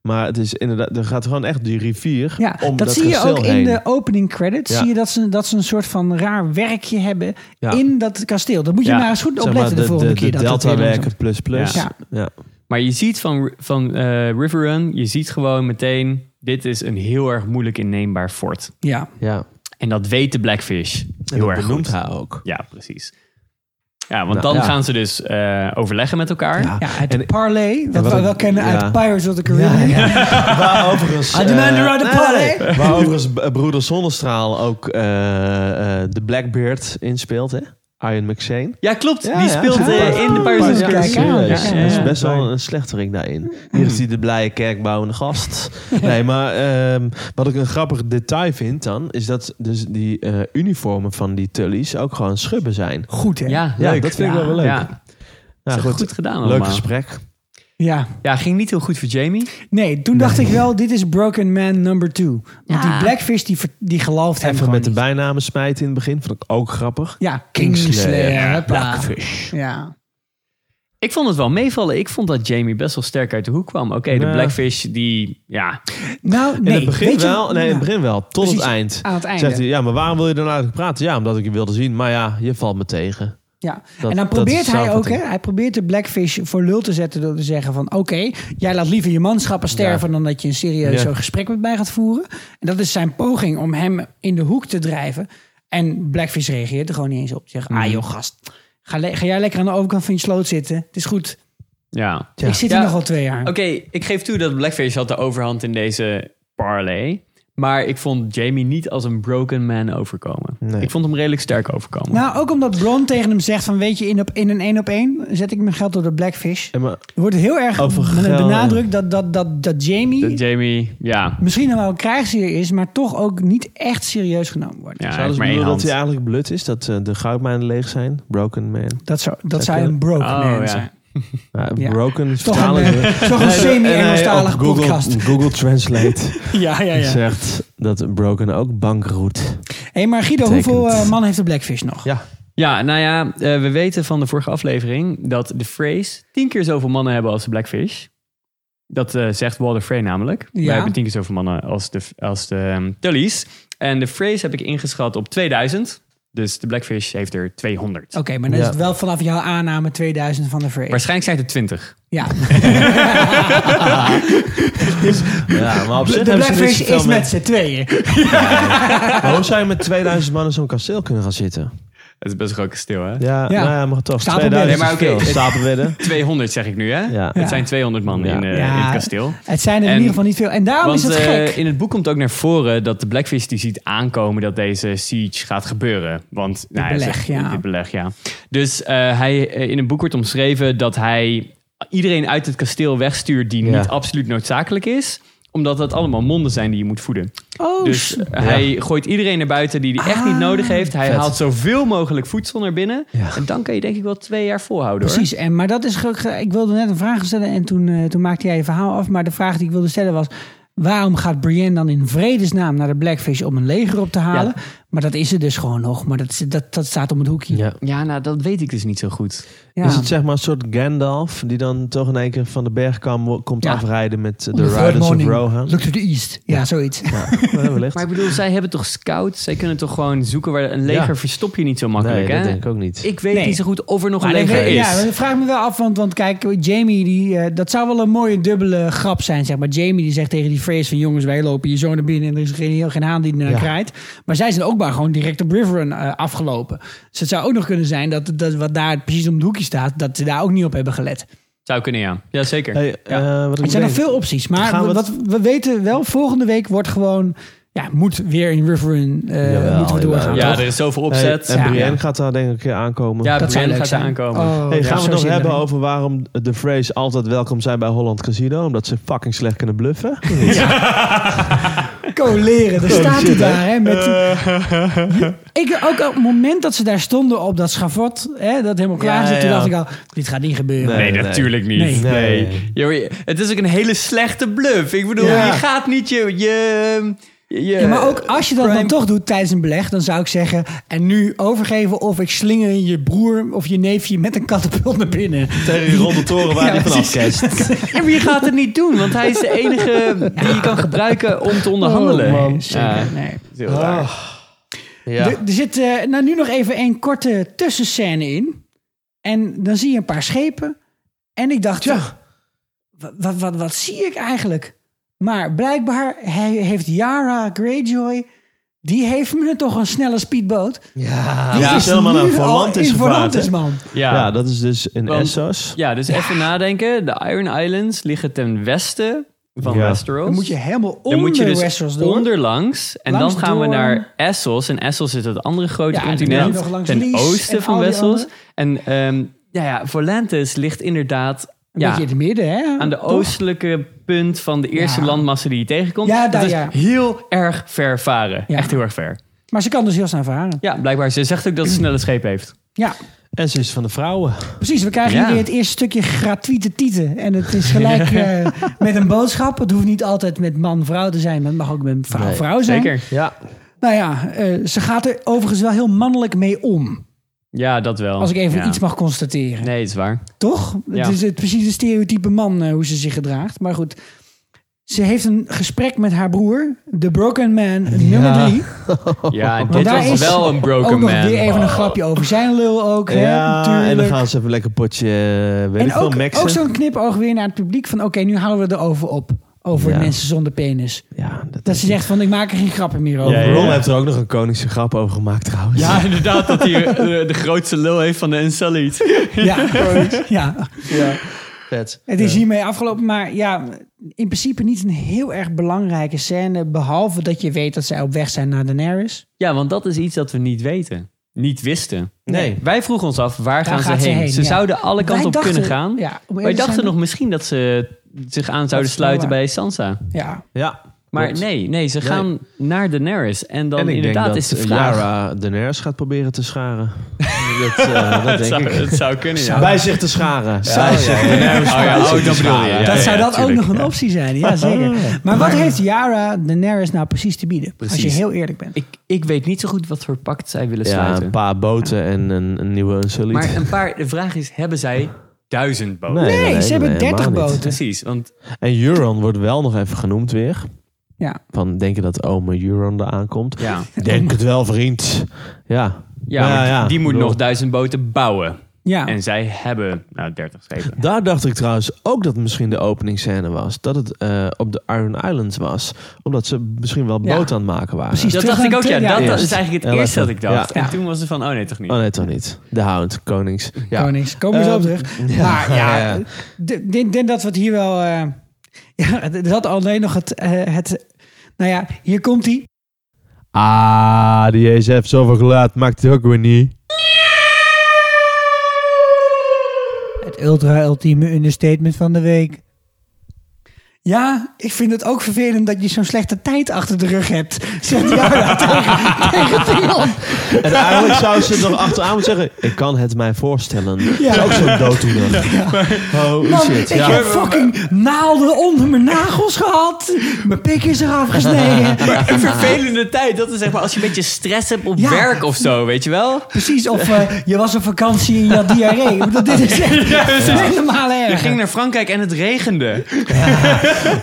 E: Maar het is inderdaad, er gaat gewoon echt die rivier
A: Ja,
E: om
A: dat, zie je
E: kasteel
A: ook
E: heen.
A: in de opening credits.
E: Ja.
A: Zie je dat ze, dat ze een soort van raar werkje hebben
E: Ja.
A: in dat kasteel. Daar moet je
D: Ja,
A: maar eens goed
E: Zeg
A: opletten
E: maar,
A: de, volgende
E: de
A: keer. dat dat weer
E: deltawerken
A: langzaam-
E: plus plus.
A: Ja.
E: Ja.
D: Maar je ziet van, van eh, River Run, je ziet gewoon meteen, dit is een heel erg moeilijk inneembaar fort.
A: Ja.
E: Ja.
D: En dat weet de Blackfish
E: En
D: heel
E: dat
D: erg
E: benoemt
D: goed.
E: hij ook.
D: Ja, precies. Ja, want
E: Nou,
D: dan
E: ja.
D: gaan ze dus eh, overleggen met elkaar.
A: Ja, het
E: En-
A: parlay, dat
E: wat
A: we
E: een-
A: wel kennen
E: ja.
A: uit Pirates of the Caribbean.
E: [laughs]
A: [laughs]
E: Waar overigens...
A: I demand a right of
E: eh,
A: parlay.
E: nee, Waar overigens b- broeder Zonnestraal ook eh, eh, de Blackbeard inspeelt, hè? Ian McShane.
D: Ja, klopt.
E: Ja,
D: die
E: ja.
D: speelt
E: Ja,
D: eh, in de Pirates of the
A: Ja,
E: Ja,
A: kijk
D: Caribbean.
A: aan.
E: serieus.
A: Ja, ja,
E: Dat is
A: ja.
E: best wel een slechterik daarin. Hier is hij de blije kerkbouwende gast. Nee, maar ehm, wat ik een grappig detail vind dan... is dat dus die eh, uniformen van die Tullies ook gewoon schubben zijn.
A: Goed, hè?
D: Ja,
E: Ja,
D: leuk.
E: dat vind ik
D: Ja,
E: wel wel leuk.
D: Ja.
E: Nou,
D: goed. goed gedaan
E: Leuk
D: allemaal.
E: gesprek.
A: Ja.
D: Ja, ging niet heel goed voor Jamie.
A: Nee, toen dacht ik wel, dit is Broken Man number two. Want die Blackfish, die, ver- die geloofde hem
E: Even
A: gewoon
E: met de
A: niet.
E: bijnamen smijten in het begin. Vond ik ook grappig.
A: Ja, Kingslayer.
E: Ja,
A: hoppa.
E: Blackfish.
A: Ja.
D: Ik vond het wel meevallen. Ik vond dat Jamie best wel sterk uit de hoek kwam. Oké, de
E: Ja.
D: Blackfish, die... Ja,
A: Nou,
E: In
A: nee.
E: het begin
A: weet je-
E: wel. Nee, in
A: Ja.
E: het begin wel. Tot
A: Precies,
E: het eind.
A: aan het einde.
E: Zegt hij, ja, maar waarom wil je dan eigenlijk praten? Ja, omdat ik je wilde zien. Maar ja, je valt me tegen.
A: Ja,
E: Dat-
A: en dan
E: dat is
A: probeert hij ook, hè,
E: samenvatting.
A: hij probeert de Blackfish voor lul te zetten door te zeggen van... oké, jij laat liever je manschappen sterven dan dat je een serieus
E: Ja.
A: zo'n gesprek met mij gaat voeren. En dat is zijn poging om hem in de hoek te drijven. En Blackfish reageert er gewoon niet eens op. Zegt,
E: Mm.
A: ah joh gast, ga, le- ga jij lekker aan de overkant van je sloot zitten. Het is goed,
D: ja.
A: ik zit
D: Ja.
A: hier nog al twee jaar.
D: Oké, ik geef toe dat Blackfish had de overhand in deze parlay. Maar ik vond Jamie niet als een broken man overkomen.
E: Nee.
D: Ik vond hem redelijk sterk overkomen.
A: Nou, ook omdat Bron tegen hem zegt van... weet je, in, op, in een één op één zet ik mijn geld door de Blackfish.
E: En maar,
A: Er wordt heel erg
E: Over geld,
A: benadrukt dat, dat, dat, dat Jamie...
D: Dat Jamie, ja.
A: misschien dan wel een krijgsheer is, maar toch ook niet echt serieus genomen wordt.
D: ja hij
E: zouden
D: heeft
E: ze
D: maar één
E: bedoelen dat hij
D: hand.
E: eigenlijk blut is? Dat eh, de goudmijnen leeg zijn? Broken man.
A: Dat zou, dat zou
E: je?
A: een broken
D: Oh,
A: man zijn.
D: ja.
E: Ja,
A: Ja.
E: broken
A: Toch een,
E: vertalen ze. [laughs]
A: eh, toch een
E: Nee, en hij
A: semi-Engelstalige
E: op Google,
A: podcast.
E: Google Dus, eh, Translate
A: Ja, [laughs] ja, ja.
E: zegt dat broken ook bankroet.
A: hey, maar Guido,
E: Betekent-
A: hoeveel eh, man heeft de Blackfish nog?
E: Ja.
D: Ja, nou ja, eh, we weten van de vorige aflevering dat de Freys tien keer zoveel mannen hebben als de Blackfish. Dat eh, zegt Walter Frey namelijk.
A: Ja.
D: Wij hebben tien keer zoveel mannen als de, als de ehm, Tullys. En de Freys heb ik ingeschat op 2000. Dus de Blackfish heeft er 200.
A: Oké, maar dan
E: Ja.
A: is het wel vanaf jouw aanname 2000 van de Frey.
D: Waarschijnlijk zijn het er 20.
A: Ja,
E: Ja, maar op zich
A: de
E: hebben ze niet
A: Blackfish
E: zoveel
A: is
E: met-
A: met z'n tweeën.
E: Maar hoe zou je met 2000 man in zo'n kasteel kunnen gaan zitten?
D: Dat is best een groot kasteel, hè?
E: Ja,
A: Ja.
E: Nou ja maar toch.
A: Stapelbedden.
E: 2000
A: Nee,
D: maar oké.
E: is veel. Stapelbedden.
D: 200 zeg ik nu, hè?
E: Ja.
D: Het zijn 200 man
E: Ja.
D: in, eh,
A: Ja.
D: in het kasteel.
A: Het zijn er in
D: En-
A: ieder geval niet veel. En daarom
D: Want
A: Oh, is het
D: eh,
A: gek.
D: in het boek komt ook naar voren dat de Blackfish die ziet aankomen dat deze siege gaat gebeuren. Want nou, hij
A: beleg, ja.
D: dit beleg, ja. Dus eh, hij, eh, in het boek wordt omschreven dat hij iedereen uit het kasteel wegstuurt die
E: Ja.
D: niet absoluut noodzakelijk is omdat dat allemaal monden zijn die je moet voeden.
A: oh, Ah,
D: Dus
A: s-
D: hij gooit iedereen naar buiten die hij echt niet nodig heeft. Hij
E: Vet.
D: haalt zoveel mogelijk voedsel naar binnen.
E: Ja.
D: En dan kan je denk ik wel twee jaar volhouden. hoor.
A: precies. En, maar dat is gelukkig. Ik wilde net een vraag stellen en toen, eh, toen maakte jij je verhaal af. Maar de vraag die ik wilde stellen was: Waarom gaat Brienne dan in vredesnaam naar de Blackfish om een leger op te halen? Maar dat is er dus gewoon nog. Maar dat, is- dat, dat staat om het hoekje.
E: Ja.
D: Ja, nou, dat weet ik dus niet zo goed.
A: Ja.
E: Is het zeg maar een soort Gandalf die dan toch in één keer van de berg kwam, komt
A: Ja.
E: afrijden met eh,
A: On
E: de
A: the third
E: Riders of
A: morning,
E: Rohan?
A: Look to the east. Ja, zoiets.
E: Ja, [laughs] wellicht.
D: Maar ik bedoel, zij hebben toch scouts? Zij kunnen toch gewoon zoeken waar een leger
E: Ja.
D: verstop je niet zo
E: nee,
D: makkelijk,
E: dat
D: hè?
E: denk ik ook niet.
D: Ik weet
A: Nee.
D: niet zo goed of er nog
A: Maar
D: een
A: ik
D: leger
A: weet-
D: is.
A: Ja, dat vraag ik me wel af. Want, want kijk, Jamie, die, eh, dat zou wel een mooie dubbele grap zijn. Zeg maar. Jamie die zegt tegen die Frees van... jongens, wij lopen hier zo naar binnen... en er is geen, geen haan die naar
E: Ja.
A: kraait. Maar zij zijn ook maar gewoon direct op Riverrun eh, afgelopen. Dus het zou ook nog kunnen zijn... Dat, dat wat daar precies om het hoekje staat... dat ze daar ook niet op hebben gelet.
D: Zou kunnen, ja. Jazeker.
E: Hey, eh, wat ik
A: Er zijn nog
E: bedenk-
A: veel opties. Maar
E: Gaan we
A: wat, we weten wel, volgende week wordt gewoon... ja, moet weer in Riverrun... eh,
E: Jawel,
A: moeten we doorgaan,
E: jawel.
D: ja,
A: toch?
D: er is
E: Hey,
D: zoveel opzet.
E: en
A: Ja.
E: Brienne gaat daar denk ik eh, aankomen.
D: ja,
A: dat zou
D: Brienne
A: leuk
D: gaat
A: zijn.
D: aankomen.
A: Oh,
E: Hey,
A: ja,
E: gaan we
A: zo
E: het nog
A: zin
E: hebben
A: erin.
E: over waarom de Freys altijd welkom zijn bij Holland Casino? Omdat ze fucking slecht kunnen bluffen. Ja,
A: Coleren, daar staat hij daar. Hè, met die- ik, ook op het moment dat ze daar stonden op dat schavot, hè, dat helemaal klaar
E: Ja,
A: zit, toen
E: ja.
A: dacht ik al, dit gaat niet gebeuren.
D: Nee,
E: Nee,
D: natuurlijk niet.
A: Nee.
D: Nee.
E: Nee.
D: Joh, het is ook een hele slechte bluff. Ik bedoel,
E: Ja.
D: je gaat niet je... je, je
A: Ja, maar ook als je dat
D: Prime-
A: dan toch doet tijdens een beleg, dan zou ik zeggen: en nu overgeven of ik slinger je broer of je neefje met een katapult naar binnen.
E: Tegen die ronde toren waar hij vanaf kest.
D: Ja, maar je gaat het niet doen, want hij is de enige die je kan gebruiken om te onderhandelen.
A: Oh, man, zeker,
D: Ja.
A: nee. Oh.
D: Dat is heel raar.
A: Er, er zit eh, nou nu nog even een korte tussenscène in. En dan zie je een paar schepen. En ik dacht, ja. wat, wat, wat, wat zie ik eigenlijk? Maar blijkbaar hij, heeft Yara Greyjoy... die heeft me toch een snelle speedboot.
E: Ja,
A: Die
E: dat is helemaal
A: nu
D: nou,
E: naar
A: al
E: Volantis
A: in
E: gevraagd.
A: Volantis,
E: hè?
A: man.
D: Ja.
E: Ja, dat is dus in
D: Want-
E: Essos.
D: Ja, dus even nadenken. De Iron Islands liggen ten westen van
E: Ja.
D: Westeros.
A: Dan moet je helemaal onder
D: Dan moet je dus
A: Westeros door.
D: onderlangs. En
A: Langs
D: dan gaan we
A: door.
D: naar Essos. En Essos is het andere grote
A: Ja, en dan moet je nog
D: continent
A: langs
D: ten
A: Lies
D: oosten
A: en
D: van
A: al die
D: Westeros.
A: andere.
D: En ehm ja, ja, Volantis ligt inderdaad
A: Een
D: ja,
A: beetje in het midden, hè?
D: aan de
A: Toch?
D: oostelijke punt van de eerste
A: Ja.
D: landmassa die je tegenkomt.
A: Ja,
D: dat
A: daar,
D: is
A: ja.
D: heel erg ver varen.
A: Ja.
D: Echt heel erg ver.
A: Maar ze kan dus heel snel varen.
D: Ja, blijkbaar. Ze zegt ook dat ze snelle scheep heeft.
A: Ja,
E: En ze is van de vrouwen.
A: precies. We krijgen
D: Ja.
A: hier weer het eerste stukje gratuite tieten. En het is
D: [laughs]
A: gelijk eh, met een boodschap. Het hoeft niet altijd met man-vrouw te zijn. Maar het mag ook met vrouw-vrouw zijn.
D: Zeker.
E: Ja.
A: Nou ja, eh, ze gaat er overigens wel heel mannelijk mee om.
D: Ja, dat wel.
A: Als ik even
D: Ja.
A: iets mag constateren.
D: Nee, het is waar.
A: Toch?
D: Ja.
A: Het is het, precies de stereotype man eh, hoe ze zich gedraagt. Maar goed, ze heeft een gesprek met haar broer, de Broken Man, nummer drie.
D: Ja,
A: Want
D: dit was wel een broken
A: ook nog
D: man. Oh.
A: weer even een grapje over zijn lul ook. hè,
E: Ja, en dan
A: natuurlijk.
E: gaan ze even lekker potje, eh, weet ik
A: En
E: veel,
A: ook,
E: maxen.
A: ook zo'n knipoog weer naar het publiek van... oké, nu houden we erover op. Over
E: Ja.
A: mensen zonder penis.
E: ja, dat,
A: Dat
E: is-
A: ze zegt van, ik maak er geen grappen meer over.
E: Ja,
D: ja, ja.
E: Ron heeft er ook nog een koningse grap over gemaakt trouwens.
D: Ja, inderdaad, dat hij eh, de grootste lul heeft van de
A: [laughs]
D: Unsullied.
A: Ja,
E: [laughs]
A: ja.
E: vet.
A: het is hiermee afgelopen. Maar ja, in principe niet een heel erg belangrijke scène. Behalve dat je weet dat zij op weg zijn naar Daenerys.
D: Ja, want dat is iets dat we niet weten. Niet wisten.
E: Nee.
D: Wij vroegen ons af, waar gaan ze
A: gaat
D: heen?
A: ze
D: Ze,
A: heen, ja.
D: zouden alle
A: Wij
D: kanten op
A: dachten-
D: kunnen gaan.
A: ja, om
D: Wij
A: eerlijk te
D: dachten
A: zijn-
D: nog misschien dat ze zich aan zouden
A: is wel
D: sluiten
A: waar.
D: bij Sansa.
A: Ja,
E: Ja.
D: Maar
E: klopt.
D: nee, nee, ze gaan naar Daenerys. En dan
E: en ik
D: inderdaad
E: denk dat
D: is
A: eh,
D: de vraag...
E: Yara de Ners gaat proberen te
D: [laughs]
E: scharen. dat, eh, dat
D: het,
E: denk
D: zou,
E: ik.
D: het zou kunnen, ja.
E: Bij zich te scharen. Bij zich de Ners
D: Oh ja,
E: bij
D: oh,
E: zich te
D: dat bedoel je.
E: scharen.
D: Ja,
A: dat
D: ja,
A: zou
D: ja,
A: dat ook nog een optie zijn. Ja,
E: [laughs]
A: zeker. Maar wat heeft Yara Daenerys nou precies te bieden? Als je
D: Precies.
A: heel eerlijk bent.
D: Ik, ik weet niet zo goed wat voor pact zij willen
E: Ja,
D: sluiten.
E: een paar boten en een, een nieuwe Unsullied.
D: maar een paar, de vraag is, hebben zij duizend boten?
A: Nee, ze hebben
E: helemaal
A: 30
E: niet.
A: boten.
D: Precies, want
E: En Euron wordt wel nog even genoemd weer.
A: Ja.
E: Van denk je dat ome Euron er aankomt?
D: ja,
E: Denk het wel, vriend. Ja.
D: ja,
E: Nou
D: maar die-
E: ja,
D: die moet
E: bedoel-
D: nog duizend boten bouwen.
A: Ja.
D: En zij hebben, nou, 30 schepen.
E: Daar dacht ik trouwens ook dat het misschien de openingsscène was. Dat het eh, op de Iron Islands was. Omdat ze misschien wel
A: Ja.
E: boot aan het maken waren.
A: Precies.
D: Dat
A: Terug
D: dacht ik
A: aan
D: ook, ja.
A: Tyrion.
D: Dat
E: Ja,
D: is
E: eerst.
D: eigenlijk
E: Ja,
D: het eerste
E: laat
D: dat ik dacht.
A: Ja.
D: En toen was ze van, oh nee, toch niet.
E: Oh nee, toch niet. De Hound, Konings. Ja.
A: Konings. Komen we zo op
E: Eh,
A: terug. maar
E: ja,
A: ja,
E: ja.
A: d- ik denk denk dat we het hier wel... eh, [laughs] ja, er zat alleen nog het, eh, het... Nou ja, hier komt hij.
E: Ah, die ESF zoveel geluid maakt het ook weer niet.
A: Het ultra-ultieme understatement van de week. Ja, ik vind het ook vervelend dat je zo'n slechte tijd achter de rug hebt. [laughs] Zegt Jara tegen, tegen
D: [laughs]
A: Theon.
E: En eigenlijk zou ze er nog achteraan moeten zeggen... Ik kan het mij voorstellen.
A: Ja.
E: Dat is ook zo'n dooddoener. Holy
A: Man,
E: shit.
A: ik
E: Ja.
A: heb fucking naalden onder mijn nagels gehad. Mijn pik is eraf
D: [laughs]
A: gesneden.
D: Maar een vervelende tijd. Dat is zeg maar als je een beetje stress hebt op
A: Ah. Ja.
D: werk of zo, weet je wel?
A: Precies, of eh, je was op vakantie en je had diarree. Ik bedoel, dit is echt
D: [laughs]
A: helemaal
D: Je
A: erg.
D: ging naar Frankrijk en het regende.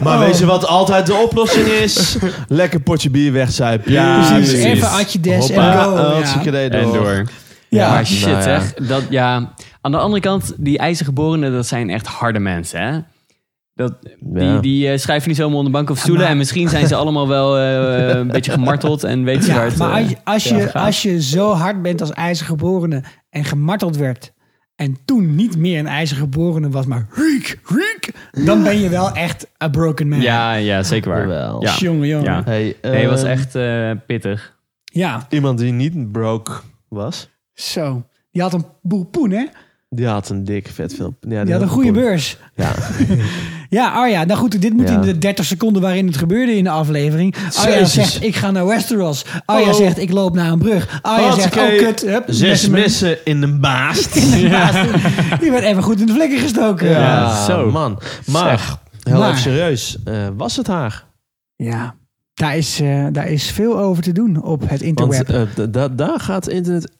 E: Maar
A: Oh.
E: weet je wat altijd de oplossing is? Lekker potje bier wegzuipen. Ja,
A: Precies. Even atje des en
E: Hoppa, oh,
A: go, ja.
E: hartstikke
D: En
E: door.
D: door.
A: Ja.
D: Ja, maar shit,
E: Nou ja.
D: zeg. Dat, ja. Aan de andere kant, die ijzergeborenen, dat zijn echt harde mensen, hè? Dat,
E: Ja.
D: Die, die eh, schrijven niet zomaar onder banken of stoelen. En misschien zijn ze allemaal wel eh, een beetje gemarteld en weten ze waar
A: Ja,
D: het...
A: maar
D: eh,
A: als je, als, je, als je zo hard bent als ijzergeborene en gemarteld werd... en toen niet meer een ijzergeborene was, maar riek, riek... dan ben je wel echt a broken man.
D: ja, ja, zeker waar.
E: Jawel.
D: Ja.
A: Jongen, jongen.
D: Ja.
E: Hey,
D: Nee, het was
E: ehm,
D: echt eh, pittig.
A: Ja,
E: Iemand die niet broke was,
A: zo. Die had een boel poen, hè?
E: die had een dik vet veel. Ja,
A: Die had een goede
E: poen.
A: beurs.
E: Ja.
A: [laughs] Ja, Arja, nou goed, dit moet
E: Ja.
A: in de 30 seconden waarin het gebeurde in de aflevering. Arja
E: Jezus.
A: zegt, ik ga naar Westeros. Arja
E: Hallo.
A: zegt, ik loop naar een brug. Arja zegt, oh
E: Hoppakee.
A: kut. Hup,
E: Zes
A: messen-
E: messen in een
A: [laughs]
E: baast. [laughs]
A: Je werd even goed in de vlekken gestoken.
E: Ja,
A: Ja.
E: zo. Man. Maar, heel
A: Maar.
E: even serieus, eh, was het haar?
A: Daar, is, eh, daar is veel over te doen op het
E: Want
A: interweb.
E: eh, da- da- daar gaat internet...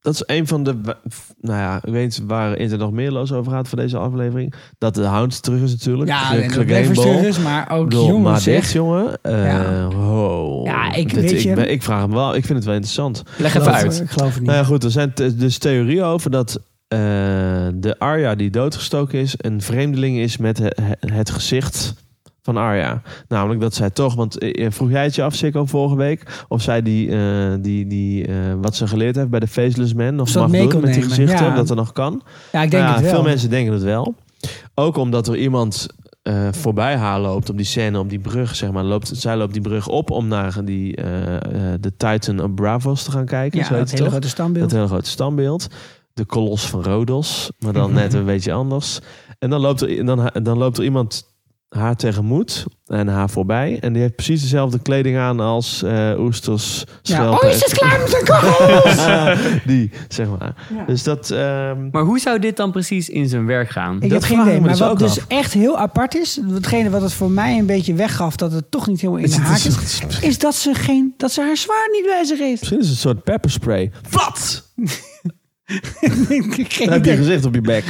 E: Dat is een van de... wa- f- Nou ja, ik weet waar internet nog meerloos over gaat voor deze aflevering. Dat de Hound terug is natuurlijk.
A: ja,
E: Ge-
A: en
E: ge-
A: dat blijft
E: Gameball.
A: verstuurders, maar ook
E: bedoel,
A: jongens
E: maar
A: zeg.
E: dit, jongen. eh,
A: Ja.
E: wow.
A: Ja, ik-
E: Dit-
A: weet je-
E: ik, ben- ik vraag hem wel. Ik vind het wel interessant.
D: Leg
A: Ik
D: even
A: geloof-
D: uit.
A: Ik geloof het niet.
E: Nou ja, goed. Er zijn t- dus theorieën over dat eh, de Arya die doodgestoken is... een vreemdeling is met he- he- het gezicht van Arya. Namelijk dat zij toch... Want eh, vroeg jij het je af, Sikko, vorige week? Of zij die, eh, die, die eh, wat ze geleerd heeft bij de Faceless Man... nog
A: Of ze dat
E: mag
A: mee
E: doen
A: kon
E: met die
A: nemen,
E: gezichten?
A: ja.
E: Dat dat nog kan?
A: ja, ik denk
E: Nou ja,
A: het wel.
E: Veel mensen denken het wel. Ook omdat er iemand eh, voorbij haar loopt op die scène, op die brug, zeg maar. Loopt, zij loopt die brug op om naar die, eh, eh, de Titan of Bravos te gaan kijken.
A: ja,
E: zo heet
A: dat
E: het
A: hele
E: toch?
A: grote standbeeld.
E: dat hele grote standbeeld. De kolos van Rodos, maar dan
A: Mhm.
E: net een beetje anders. En dan loopt er, dan, dan loopt er iemand haar tegemoet en haar voorbij. En die heeft precies dezelfde kleding aan als eh, oesters,
A: ja.
E: schelpen.
A: Oh, is het klaar met zijn kachels?
E: die, zeg maar. Dus dat... ehm,
D: Maar hoe zou dit dan precies in zijn werk gaan?
A: Ik
E: [laughs] Dat
A: heb geen
E: vraag ik
A: idee.
E: me
A: Maar
E: dus
A: wat
E: ook
A: dus
E: af.
A: echt heel apart is, hetgene wat het voor mij een beetje weggaf, dat het toch niet helemaal in de haak is, is dat ze, geen, dat ze haar zwaar niet bij zich [laughs] heeft.
E: Misschien is het een soort pepperspray. Wat?
A: geen
E: Dan heb je
A: idee.
E: je gezicht op je
A: [laughs]
E: bek.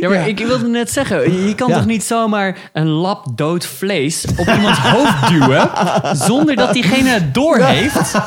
D: Ja, maar ik wilde net zeggen, je je kan
E: Ja.
D: toch niet zomaar een lap dood vlees op iemands [laughs] hoofd duwen zonder dat diegene het doorheeft?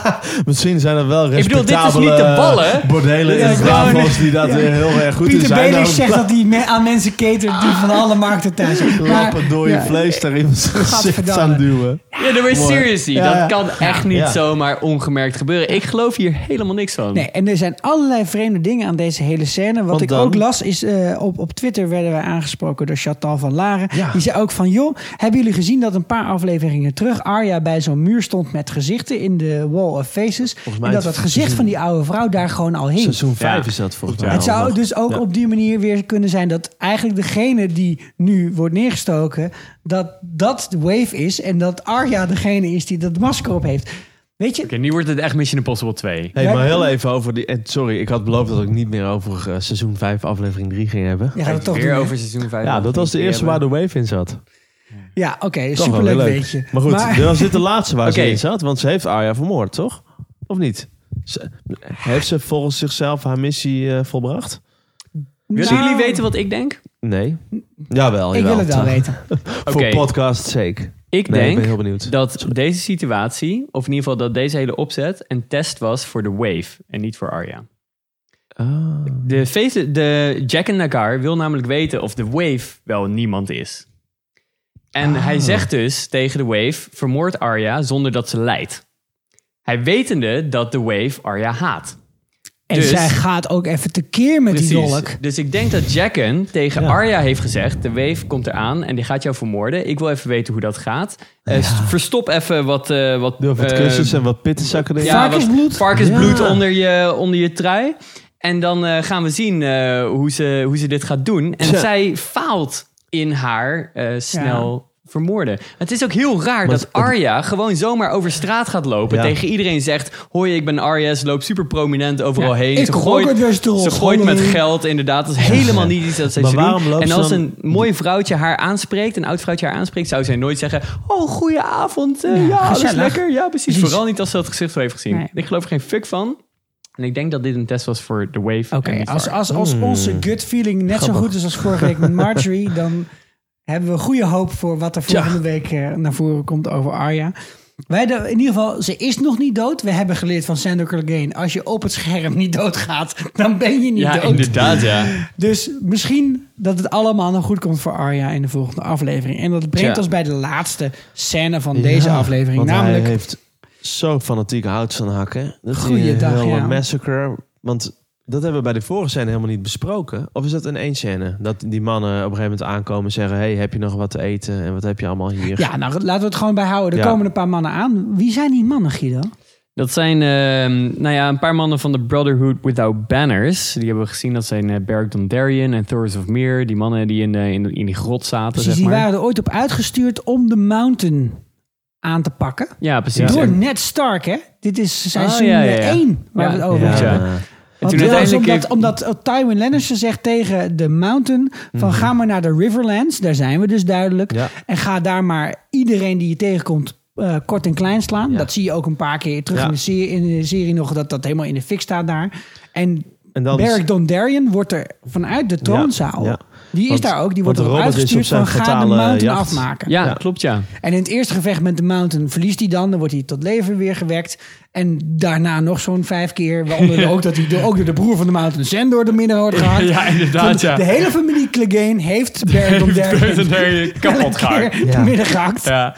E: Misschien zijn er wel
D: Ik bedoel, dit is niet de
E: respectabele
D: ballen.
E: bordelen
A: Ja,
E: in
A: ik wou
E: Davos die dat eh, heel erg goed in
A: Pieter
E: zijn.
A: Belis
E: Nou,
A: zegt dat hij me- aan mensen catert die van alle markten thuis
E: Ah.
A: zijn.
E: Lappen door je
A: Ja.
E: vlees daar in zijn gezicht
A: Gadverdamme.
E: aan duwen.
D: Ja, nee, maar seriously,
E: Ja, ja.
D: dat kan echt niet
E: Ja.
D: zomaar ongemerkt gebeuren. Ik geloof hier helemaal niks van.
A: Nee, en er zijn allerlei vreemde dingen aan deze hele scène. Wat
E: Want
A: ik
E: dan-
A: ook las is, eh, op, op Twitter werden wij aangesproken door Chantal van Laren.
E: Ja.
A: Die zei ook van, joh, hebben jullie gezien dat een paar afleveringen terug Arya bij zo'n muur stond met gezichten in de Wall of Faces?
E: mij
A: En dat
E: het
A: het gezicht van die oude vrouw daar gewoon al hing.
E: Seizoen 5
D: Ja.
E: is dat volgens mij.
A: Het
E: al
A: zou
E: nog.
A: dus ook
E: Ja.
A: op die manier weer kunnen zijn dat eigenlijk degene die nu wordt neergestoken, dat dat de wave is en dat Arya degene is die dat masker op heeft. Weet je,
D: Oké, nu wordt het echt Mission Impossible 2.
E: Hey,
A: Jij-
E: maar heel even over die... eh, Sorry, ik had beloofd dat ik niet meer over eh, seizoen 5 aflevering 3 ging hebben.
A: je gaat het toch
D: Weer
A: doen, hè?
D: over seizoen 5.
E: Ja, dat was de eerste waar de wave in zat.
A: Ja, oké,
E: Toch wel weer
A: superleuk
E: leuk.
A: weet je.
E: Maar goed, dat was dit de laatste waar
D: Oké.
E: ze in zat. Want ze heeft Arya vermoord, toch? Of niet? Ze- heeft ze volgens zichzelf haar missie eh, volbracht?
D: Willen
A: Nou,
D: jullie weten wat ik denk?
E: Nee.
A: Ik
E: Jawel, jawel.
A: wil het wel
E: Toch.
A: weten.
E: Voor
D: Oké.
E: podcast sake.
D: Ik
E: Nee, ik
D: denk
E: ben heel benieuwd.
D: dat deze situatie, of in ieder geval dat deze hele opzet, een test was voor de Wave en niet voor Arya.
E: Ah.
D: De, face, de Jack en Nagar wil namelijk weten of de Wave wel niemand is. En
E: Ah.
D: hij zegt dus tegen de Wave: vermoord Arya zonder dat ze lijdt. Hij wetende dat de Wave Arya haat.
A: En
D: Dus-
A: zij gaat ook even tekeer met die dolk.
D: Dus ik denk dat Jacken tegen Arya heeft gezegd: de Wave komt eraan en die gaat jou vermoorden. Ik wil even weten hoe dat gaat. Eh, Verstop even wat. eh wat,
E: Doe wat
D: eh,
E: kussens en wat pittenzakken erin.
D: ja, wat
A: Varkensbloed?
D: varkensbloed
E: Ja.
D: onder, je, onder je trui. En dan eh, gaan we zien eh, hoe, ze, hoe ze dit gaat doen. En
E: Tja.
D: zij faalt in haar eh, snel vermoorden. Het is ook heel raar dat
E: het-
D: Arya gewoon zomaar over straat gaat lopen.
E: Ja.
D: Tegen iedereen zegt, hoi ik ben Arya. Ze loopt super prominent overal
A: Ja,
D: heen.
A: ik
D: ze
A: kom ook uit
D: gooit,
A: Westeros,
D: ze gooit met
A: hallo.
D: geld inderdaad. Dat is helemaal niet iets dat zij
E: Maar
D: zou
E: waarom
D: doen.
E: loopt
D: En
E: ze
D: als
E: dan-
D: een mooi vrouwtje haar aanspreekt, een oud vrouwtje haar aanspreekt, zou zij nooit zeggen, oh goeie avond, eh, ja, alles
A: gezellig.
D: lekker. Ja, precies.
A: Precies.
D: Vooral niet als ze dat gezicht wel heeft gezien.
A: Nee.
D: Ik geloof er geen fuck van. En ik denk dat dit een test was voor The Wave.
A: Oké,
D: en niet
A: als,
D: voor-
A: als, als
E: Hmm.
A: onze gut feeling net zo goed is als vorige week met
E: [laughs]
A: Marjorie, dan hebben we goede hoop voor wat er volgende week eh, naar voren komt over Arya. Wij de- in ieder geval, ze is nog niet dood. We hebben geleerd van Sander Clegane, als je op het scherm niet doodgaat, dan ben je niet
D: ja,
A: dood.
D: inderdaad, ja.
A: Dus misschien dat het allemaal nog goed komt voor Arya in de volgende aflevering. En dat brengt
D: Tja.
A: ons bij de laatste scène van deze
E: Ja,
A: aflevering.
E: want
A: Namelijk,
E: hij heeft zo fanatiek hout van hakken. Dat
A: Goeiedag,
E: Goeiedag,
A: ja.
E: ja. Massacre. Want dat hebben we bij de vorige scène helemaal niet besproken. Of is dat in één scène? Dat die mannen op een gegeven moment aankomen en zeggen... hey, heb je nog wat te eten? En wat heb je allemaal hier?
A: ja, nou laten we het gewoon bijhouden. Er
E: Ja.
A: komen een paar mannen aan. Wie zijn die mannen, Guido?
D: Dat zijn ehm, nou ja, een paar mannen van de Brotherhood Without Banners. Die hebben we gezien. Dat zijn eh, Beric Dondarrion en Thoris of Meer. Die mannen die in, eh, in, in die grot zaten,
A: Precies,
D: zeg
A: die
D: maar.
A: waren er ooit op uitgestuurd om de Mountain aan te pakken.
D: Ja, precies.
A: Door
D: En-
A: Ned Stark, hè? Dit is zijn
D: Oh,
A: seizoen
D: ja, ja,
A: eh,
D: ja.
A: één waar
D: Ja.
A: we het over hebben.
D: Ja.
A: Want
D: toen
A: dat was
D: uiteindelijk
A: omdat,
D: heeft-
A: omdat eh, Tywin Lannister zegt tegen de Mountain... van ga maar naar de Riverlands, daar zijn we dus duidelijk.
E: Mhm. Ja.
A: En ga daar maar iedereen die je tegenkomt eh, kort en klein slaan. Dat zie je ook een paar keer terug
E: Ja.
A: in, de serie, in de serie nog... dat dat helemaal in de fik staat daar. En,
E: En dan-
A: Beric Dondarrion wordt er vanuit de troonzaal...
E: ja.
A: die is
E: Want-
A: daar ook, die
E: want
A: wordt erop
E: Robert is op
A: uitgestuurd
E: zijn
A: van ga de
E: fatale
A: Mountain
E: jacht."
A: afmaken.
D: ja, klopt ja.
A: En in het eerste gevecht met de Mountain verliest hij dan. Dan wordt hij tot leven weer gewekt. En daarna nog zo'n vijf keer. Waaronder
D: [laughs]
A: ook dat hij door, ook door de broer van de Mountain Zen door de midden wordt gehakt.
D: Ja, inderdaad,
A: Van
D: ja.
A: De
D: [laughs]
A: hele familie Clegane heeft Barrett om [laughs]
D: kapot
A: de midden gehakt.
D: Ja.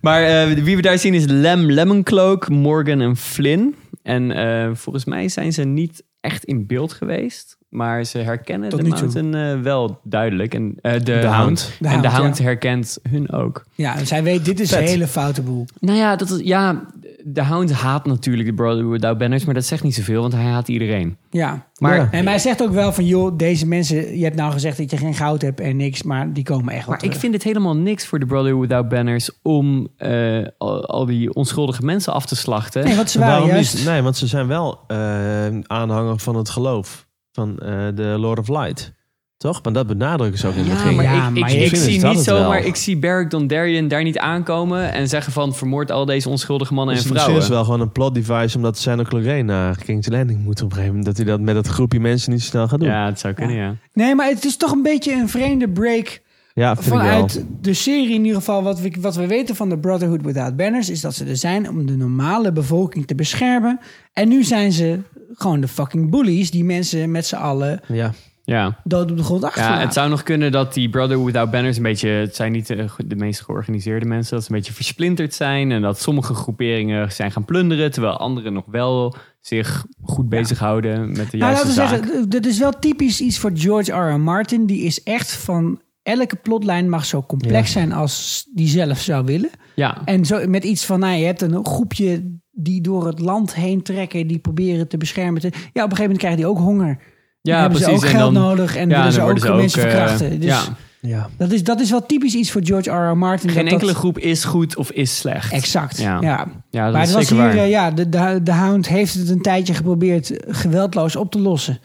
D: Maar eh, wie we daar zien is Lem Lemoncloak, Morgan en Flynn. En eh, volgens mij zijn ze niet echt in beeld geweest. Maar ze herkennen
A: Tot
D: de
A: nu toe.
D: mountain eh, wel duidelijk. En, eh, de, hound.
E: Hound.
A: De
D: en de
A: Hound,
D: hound
A: ja.
D: herkent hun ook.
A: Ja, en zij weet, dit is een hele foute boel.
D: Nou ja, dat is, ja, de hound haat natuurlijk de Brotherhood Without Banners. Maar dat zegt niet zoveel, want hij haat iedereen.
A: Ja.
D: Maar-
A: Ja. En mij zegt ook wel van, joh, deze mensen... Je hebt nou gezegd dat je geen goud hebt en niks, maar die komen echt wel
D: Maar ik
A: terug.
D: vind het helemaal niks voor de Brotherhood Without Banners... om eh, al, al die onschuldige mensen af te slachten.
A: Nee, want ze
E: En
A: waren
E: waarom
A: juist...
E: niet? Nee, want ze zijn wel eh, aanhanger van het geloof. Van eh, de Lord of Light. Toch? Maar dat benadrukken ze ook in het
D: Ja,
E: begin.
D: maar
A: Ja,
D: ik,
A: Ah, maar
D: ik,
A: je-
D: ik
E: misschien is
D: zie
E: dat
D: niet
E: het wel.
D: zomaar... Ik zie Beric Dondarrion daar niet aankomen... en zeggen van vermoord al deze onschuldige mannen en
E: Dus misschien is
D: vrouwen.
E: het wel gewoon een plot device omdat Santa Clarena naar King's Landing moet op een gegeven moment. Dat hij dat met dat groepje mensen niet zo snel gaat doen. Ja,
D: Ja, het zou kunnen, ja.
A: Nee, maar het is toch een beetje een vreemde break...
E: vind ik wel.
A: Vanuit de serie in ieder geval, wat we, wat we weten van de Brotherhood Without Banners... is dat ze er zijn om de normale bevolking te beschermen. En nu zijn ze gewoon de fucking bullies... die mensen met z'n allen
E: Ja.
D: Ja.
A: dood op de grond
D: Ja,
A: achterlaten.
D: het zou nog kunnen dat die Brotherhood Without Banners een beetje... Het zijn niet de, de meest georganiseerde mensen. Dat ze een beetje versplinterd zijn. En dat sommige groeperingen zijn gaan plunderen. Terwijl anderen nog wel zich goed bezighouden met de
A: nou,
D: juiste
A: laten we
D: zaak.
A: zeggen, dat is wel typisch iets voor George R. R. Martin. Die is echt van... Elke plotlijn mag zo complex zijn als die zelf zou willen.
D: ja.
A: En zo met iets van, nou, je hebt een groepje die door het land heen trekken, die proberen te beschermen. Ja, op een gegeven moment krijgen die ook honger. Dan
D: ja,
A: hebben
D: precies.
A: ze ook geld nodig en willen ze
D: dan
A: ook
D: worden
A: mensen
D: eh,
A: verkrachten. Dus
D: ja.
E: Ja.
A: dat, is, dat is wel typisch iets voor George R. R. Martin.
D: Geen
A: dat dat-
D: enkele groep is goed of is slecht.
A: Exact, ja.
D: Ja. Ja, dat
A: maar
D: is
A: het was
D: zeker
A: hier,
D: waar.
A: eh, ja, de, de, de Hound heeft het een tijdje geprobeerd eh, geweldloos op te lossen.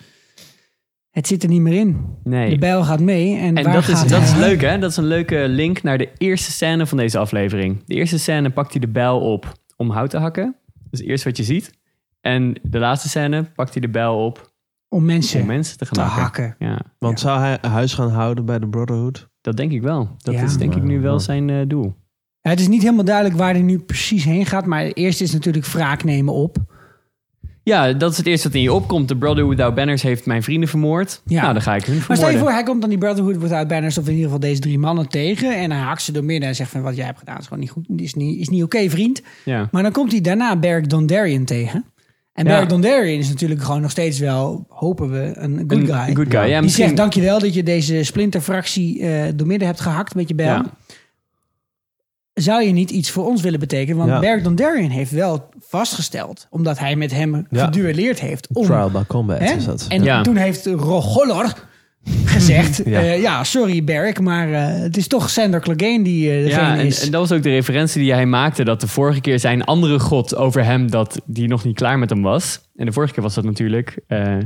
A: Het zit er niet meer in.
D: Nee.
A: De bijl gaat mee. En,
D: En
A: waar
D: dat is,
A: gaat
D: dat
A: hij
D: is
A: heen?
D: leuk, hè? Dat is een leuke link naar de eerste scène van deze aflevering. De eerste scène pakt hij de bijl op om hout te hakken. Dat is eerst wat je ziet. En de laatste scène pakt hij de bijl op
A: Om mensen.
D: om mensen te gaan
A: te
D: hakken.
A: hakken.
D: Ja,
E: Want zou hij huis gaan houden bij de Brotherhood?
D: dat denk ik wel. Dat
A: Ja.
D: is denk ik nu wel zijn eh, doel.
A: Ja, het is niet helemaal duidelijk waar hij nu precies heen gaat. Maar eerst is natuurlijk wraak nemen op.
D: Ja, dat is het eerste wat in je opkomt. De Brother Without Banners heeft mijn vrienden vermoord.
A: Ja.
D: Nou, dan ga ik hun vermoorden.
A: Maar stel je voor, hij komt dan die Brotherhood Without Banners... of in ieder geval deze drie mannen tegen... en hij haakt ze door midden en zegt van... wat jij hebt gedaan is gewoon niet goed, is niet, is niet oké, vriend.
D: Ja.
A: Maar dan komt hij daarna Beric Dondarrion tegen. En
D: Ja.
A: Beric Dondarrion is natuurlijk gewoon nog steeds wel... hopen we, een good
D: Een
A: guy.
D: good guy, ja,
A: Die
D: misschien-
A: zegt, dankjewel dat je deze splinterfractie... eh door midden hebt gehakt met je bel.
D: Ja.
A: Zou je niet iets voor ons willen betekenen? Want
E: Ja.
A: Beric Dondarrion heeft wel vastgesteld... omdat hij met hem
E: Ja.
A: geduelleerd heeft... om
E: Trial by combat
A: Hè?
E: is dat.
A: En
D: Ja.
A: toen heeft Rogolor, gezegd.
D: Ja.
A: ja. ja, sorry Barrick, maar eh, het is toch Sander Clegane die eh, degene
D: Ja, en,
A: is.
D: en dat was ook de referentie die hij maakte. Dat de vorige keer zijn andere god over hem, dat die nog niet klaar met hem was. En de vorige keer was dat natuurlijk eh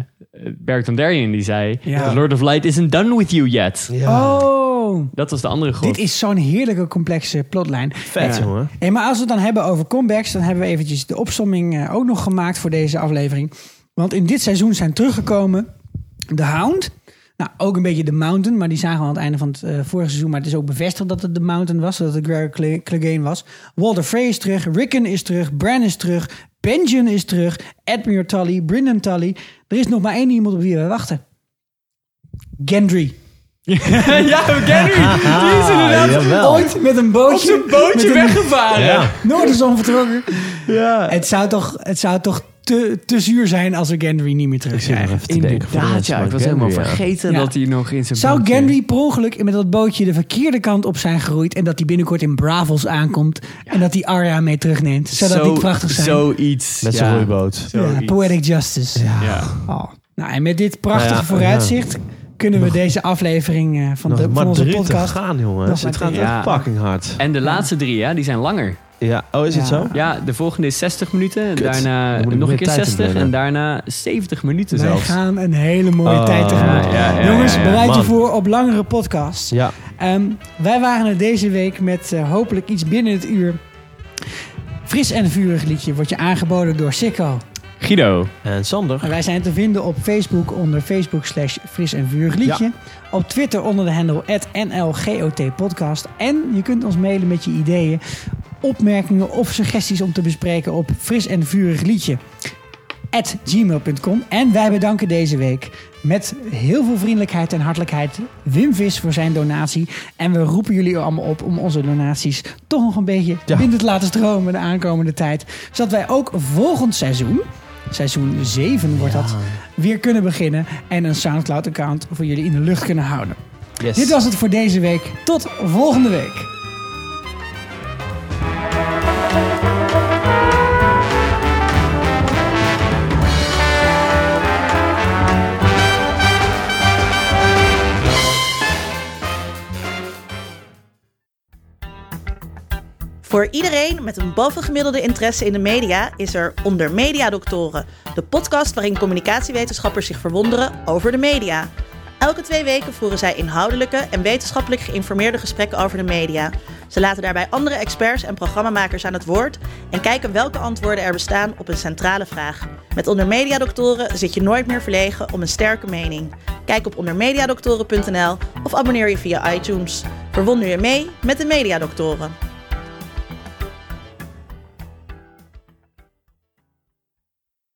D: Beric Dondarrion die zei...
A: Ja.
D: The Lord of Light isn't done with you yet.
A: Oh,
D: Dat was de andere god.
A: dit is zo'n heerlijke complexe plotlijn.
D: Vet,
A: Eh,
D: jongen.
A: eh, maar als we het dan hebben over comebacks, dan hebben we eventjes de opsomming eh, ook nog gemaakt voor deze aflevering. Want in dit seizoen zijn teruggekomen de Hound. Nou, ook een beetje de Mountain, maar die zagen we aan het einde van het eh, vorige seizoen. Maar het is ook bevestigd dat het de Mountain was, dat het Greg Cle- Clegane was. Walter Frey is terug, Rickon is terug, Bran is terug, Benjen is terug, Admiral Tully, Brynden Tully. Er is nog maar één iemand op wie we wachten. [laughs] Gendry.
D: ja, Gendry. Die is inderdaad
E: Jawel.
A: ooit met een bootje,
D: Op zijn bootje
A: met een-
D: weggevaren. Ja.
A: Noorderzon vertrokken. Ja. Het zou toch, het zou toch te, te zuur zijn als we Gendry niet meer terug
E: nog
A: zijn.
E: even te denken. voor de
D: Inderdaad,
E: mensen,
D: ja.
E: maar
D: Ik was
E: Gendry,
D: helemaal
E: ja.
D: vergeten
A: Ja.
D: dat hij nog in zijn
A: Zou
D: bootje-
A: Gendry per ongeluk met dat bootje de verkeerde kant op zijn geroeid en dat hij binnenkort in Bravos aankomt en dat hij Arya mee terugneemt, zou dat
D: Zo-
A: niet prachtig zijn?
D: Zoiets.
E: eh, Met zijn
D: ja.
E: roeiboot.
A: Ja,
D: zoiets.
A: poetic justice.
D: Ja.
A: Oh. Nou, en met dit prachtige
E: Nou ja,
A: vooruitzicht kunnen we deze aflevering eh, van,
E: Nog
A: de, van
E: maar
A: onze
E: drie te
A: podcast.
E: gaan,
A: Nog
E: jongens. Het
A: maar
E: gaat
A: drie.
E: echt
D: Ja.
E: fucking hard.
D: En de laatste drie, hè, die zijn langer.
E: Ja. Oh, is het
A: Ja.
E: zo?
D: Ja, de volgende is 60 minuten.
E: Kut.
D: Daarna
E: Dan moet ik
D: nog een
E: meer
D: keer
E: tijd
D: 60.
E: inplannen.
D: En daarna 70 minuten
A: Wij
D: zelfs.
A: gaan een hele mooie
E: Oh.
A: tijd tegemoet.
D: Ja, ja, ja,
A: Jongens,
D: ja, ja.
A: bereid je
E: Man.
A: voor op langere podcasts.
E: Ja.
A: Ehm, wij waren er deze week met eh, hopelijk iets binnen het uur. Fris en vurig liedje wordt je aangeboden door Sikko.
D: Guido.
E: En Sander.
A: En wij zijn te vinden op Facebook onder Facebook slash Fris en vurig liedje. Op Twitter onder de handle NLGOTpodcast. En je kunt ons mailen met je ideeën, opmerkingen of suggesties om te bespreken op Fris en vurig liedje. At gmail.com. En wij bedanken deze week met heel veel vriendelijkheid en hartelijkheid Wim Vis voor zijn donatie. En we roepen jullie allemaal op om onze donaties toch nog een beetje
E: Ja.
A: binnen te laten stromen de aankomende tijd. Zodat wij ook volgend seizoen, seizoen 7 wordt dat, weer kunnen beginnen. En een Soundcloud-account voor jullie in de lucht kunnen houden.
E: Yes.
A: Dit was het voor deze week. Tot volgende week.
K: Voor iedereen met een bovengemiddelde interesse in de media is er Onder Media Doctoren, de podcast waarin communicatiewetenschappers zich verwonderen over de media. Elke twee weken voeren zij inhoudelijke en wetenschappelijk geïnformeerde gesprekken over de media. Ze laten daarbij andere experts en programmamakers aan het woord en kijken welke antwoorden er bestaan op een centrale vraag. Met Onder Media Doctoren zit je nooit meer verlegen om een sterke mening. Kijk op ondermediadoctoren.nl of abonneer je via iTunes. Verwonder je mee met de Mediadoktoren.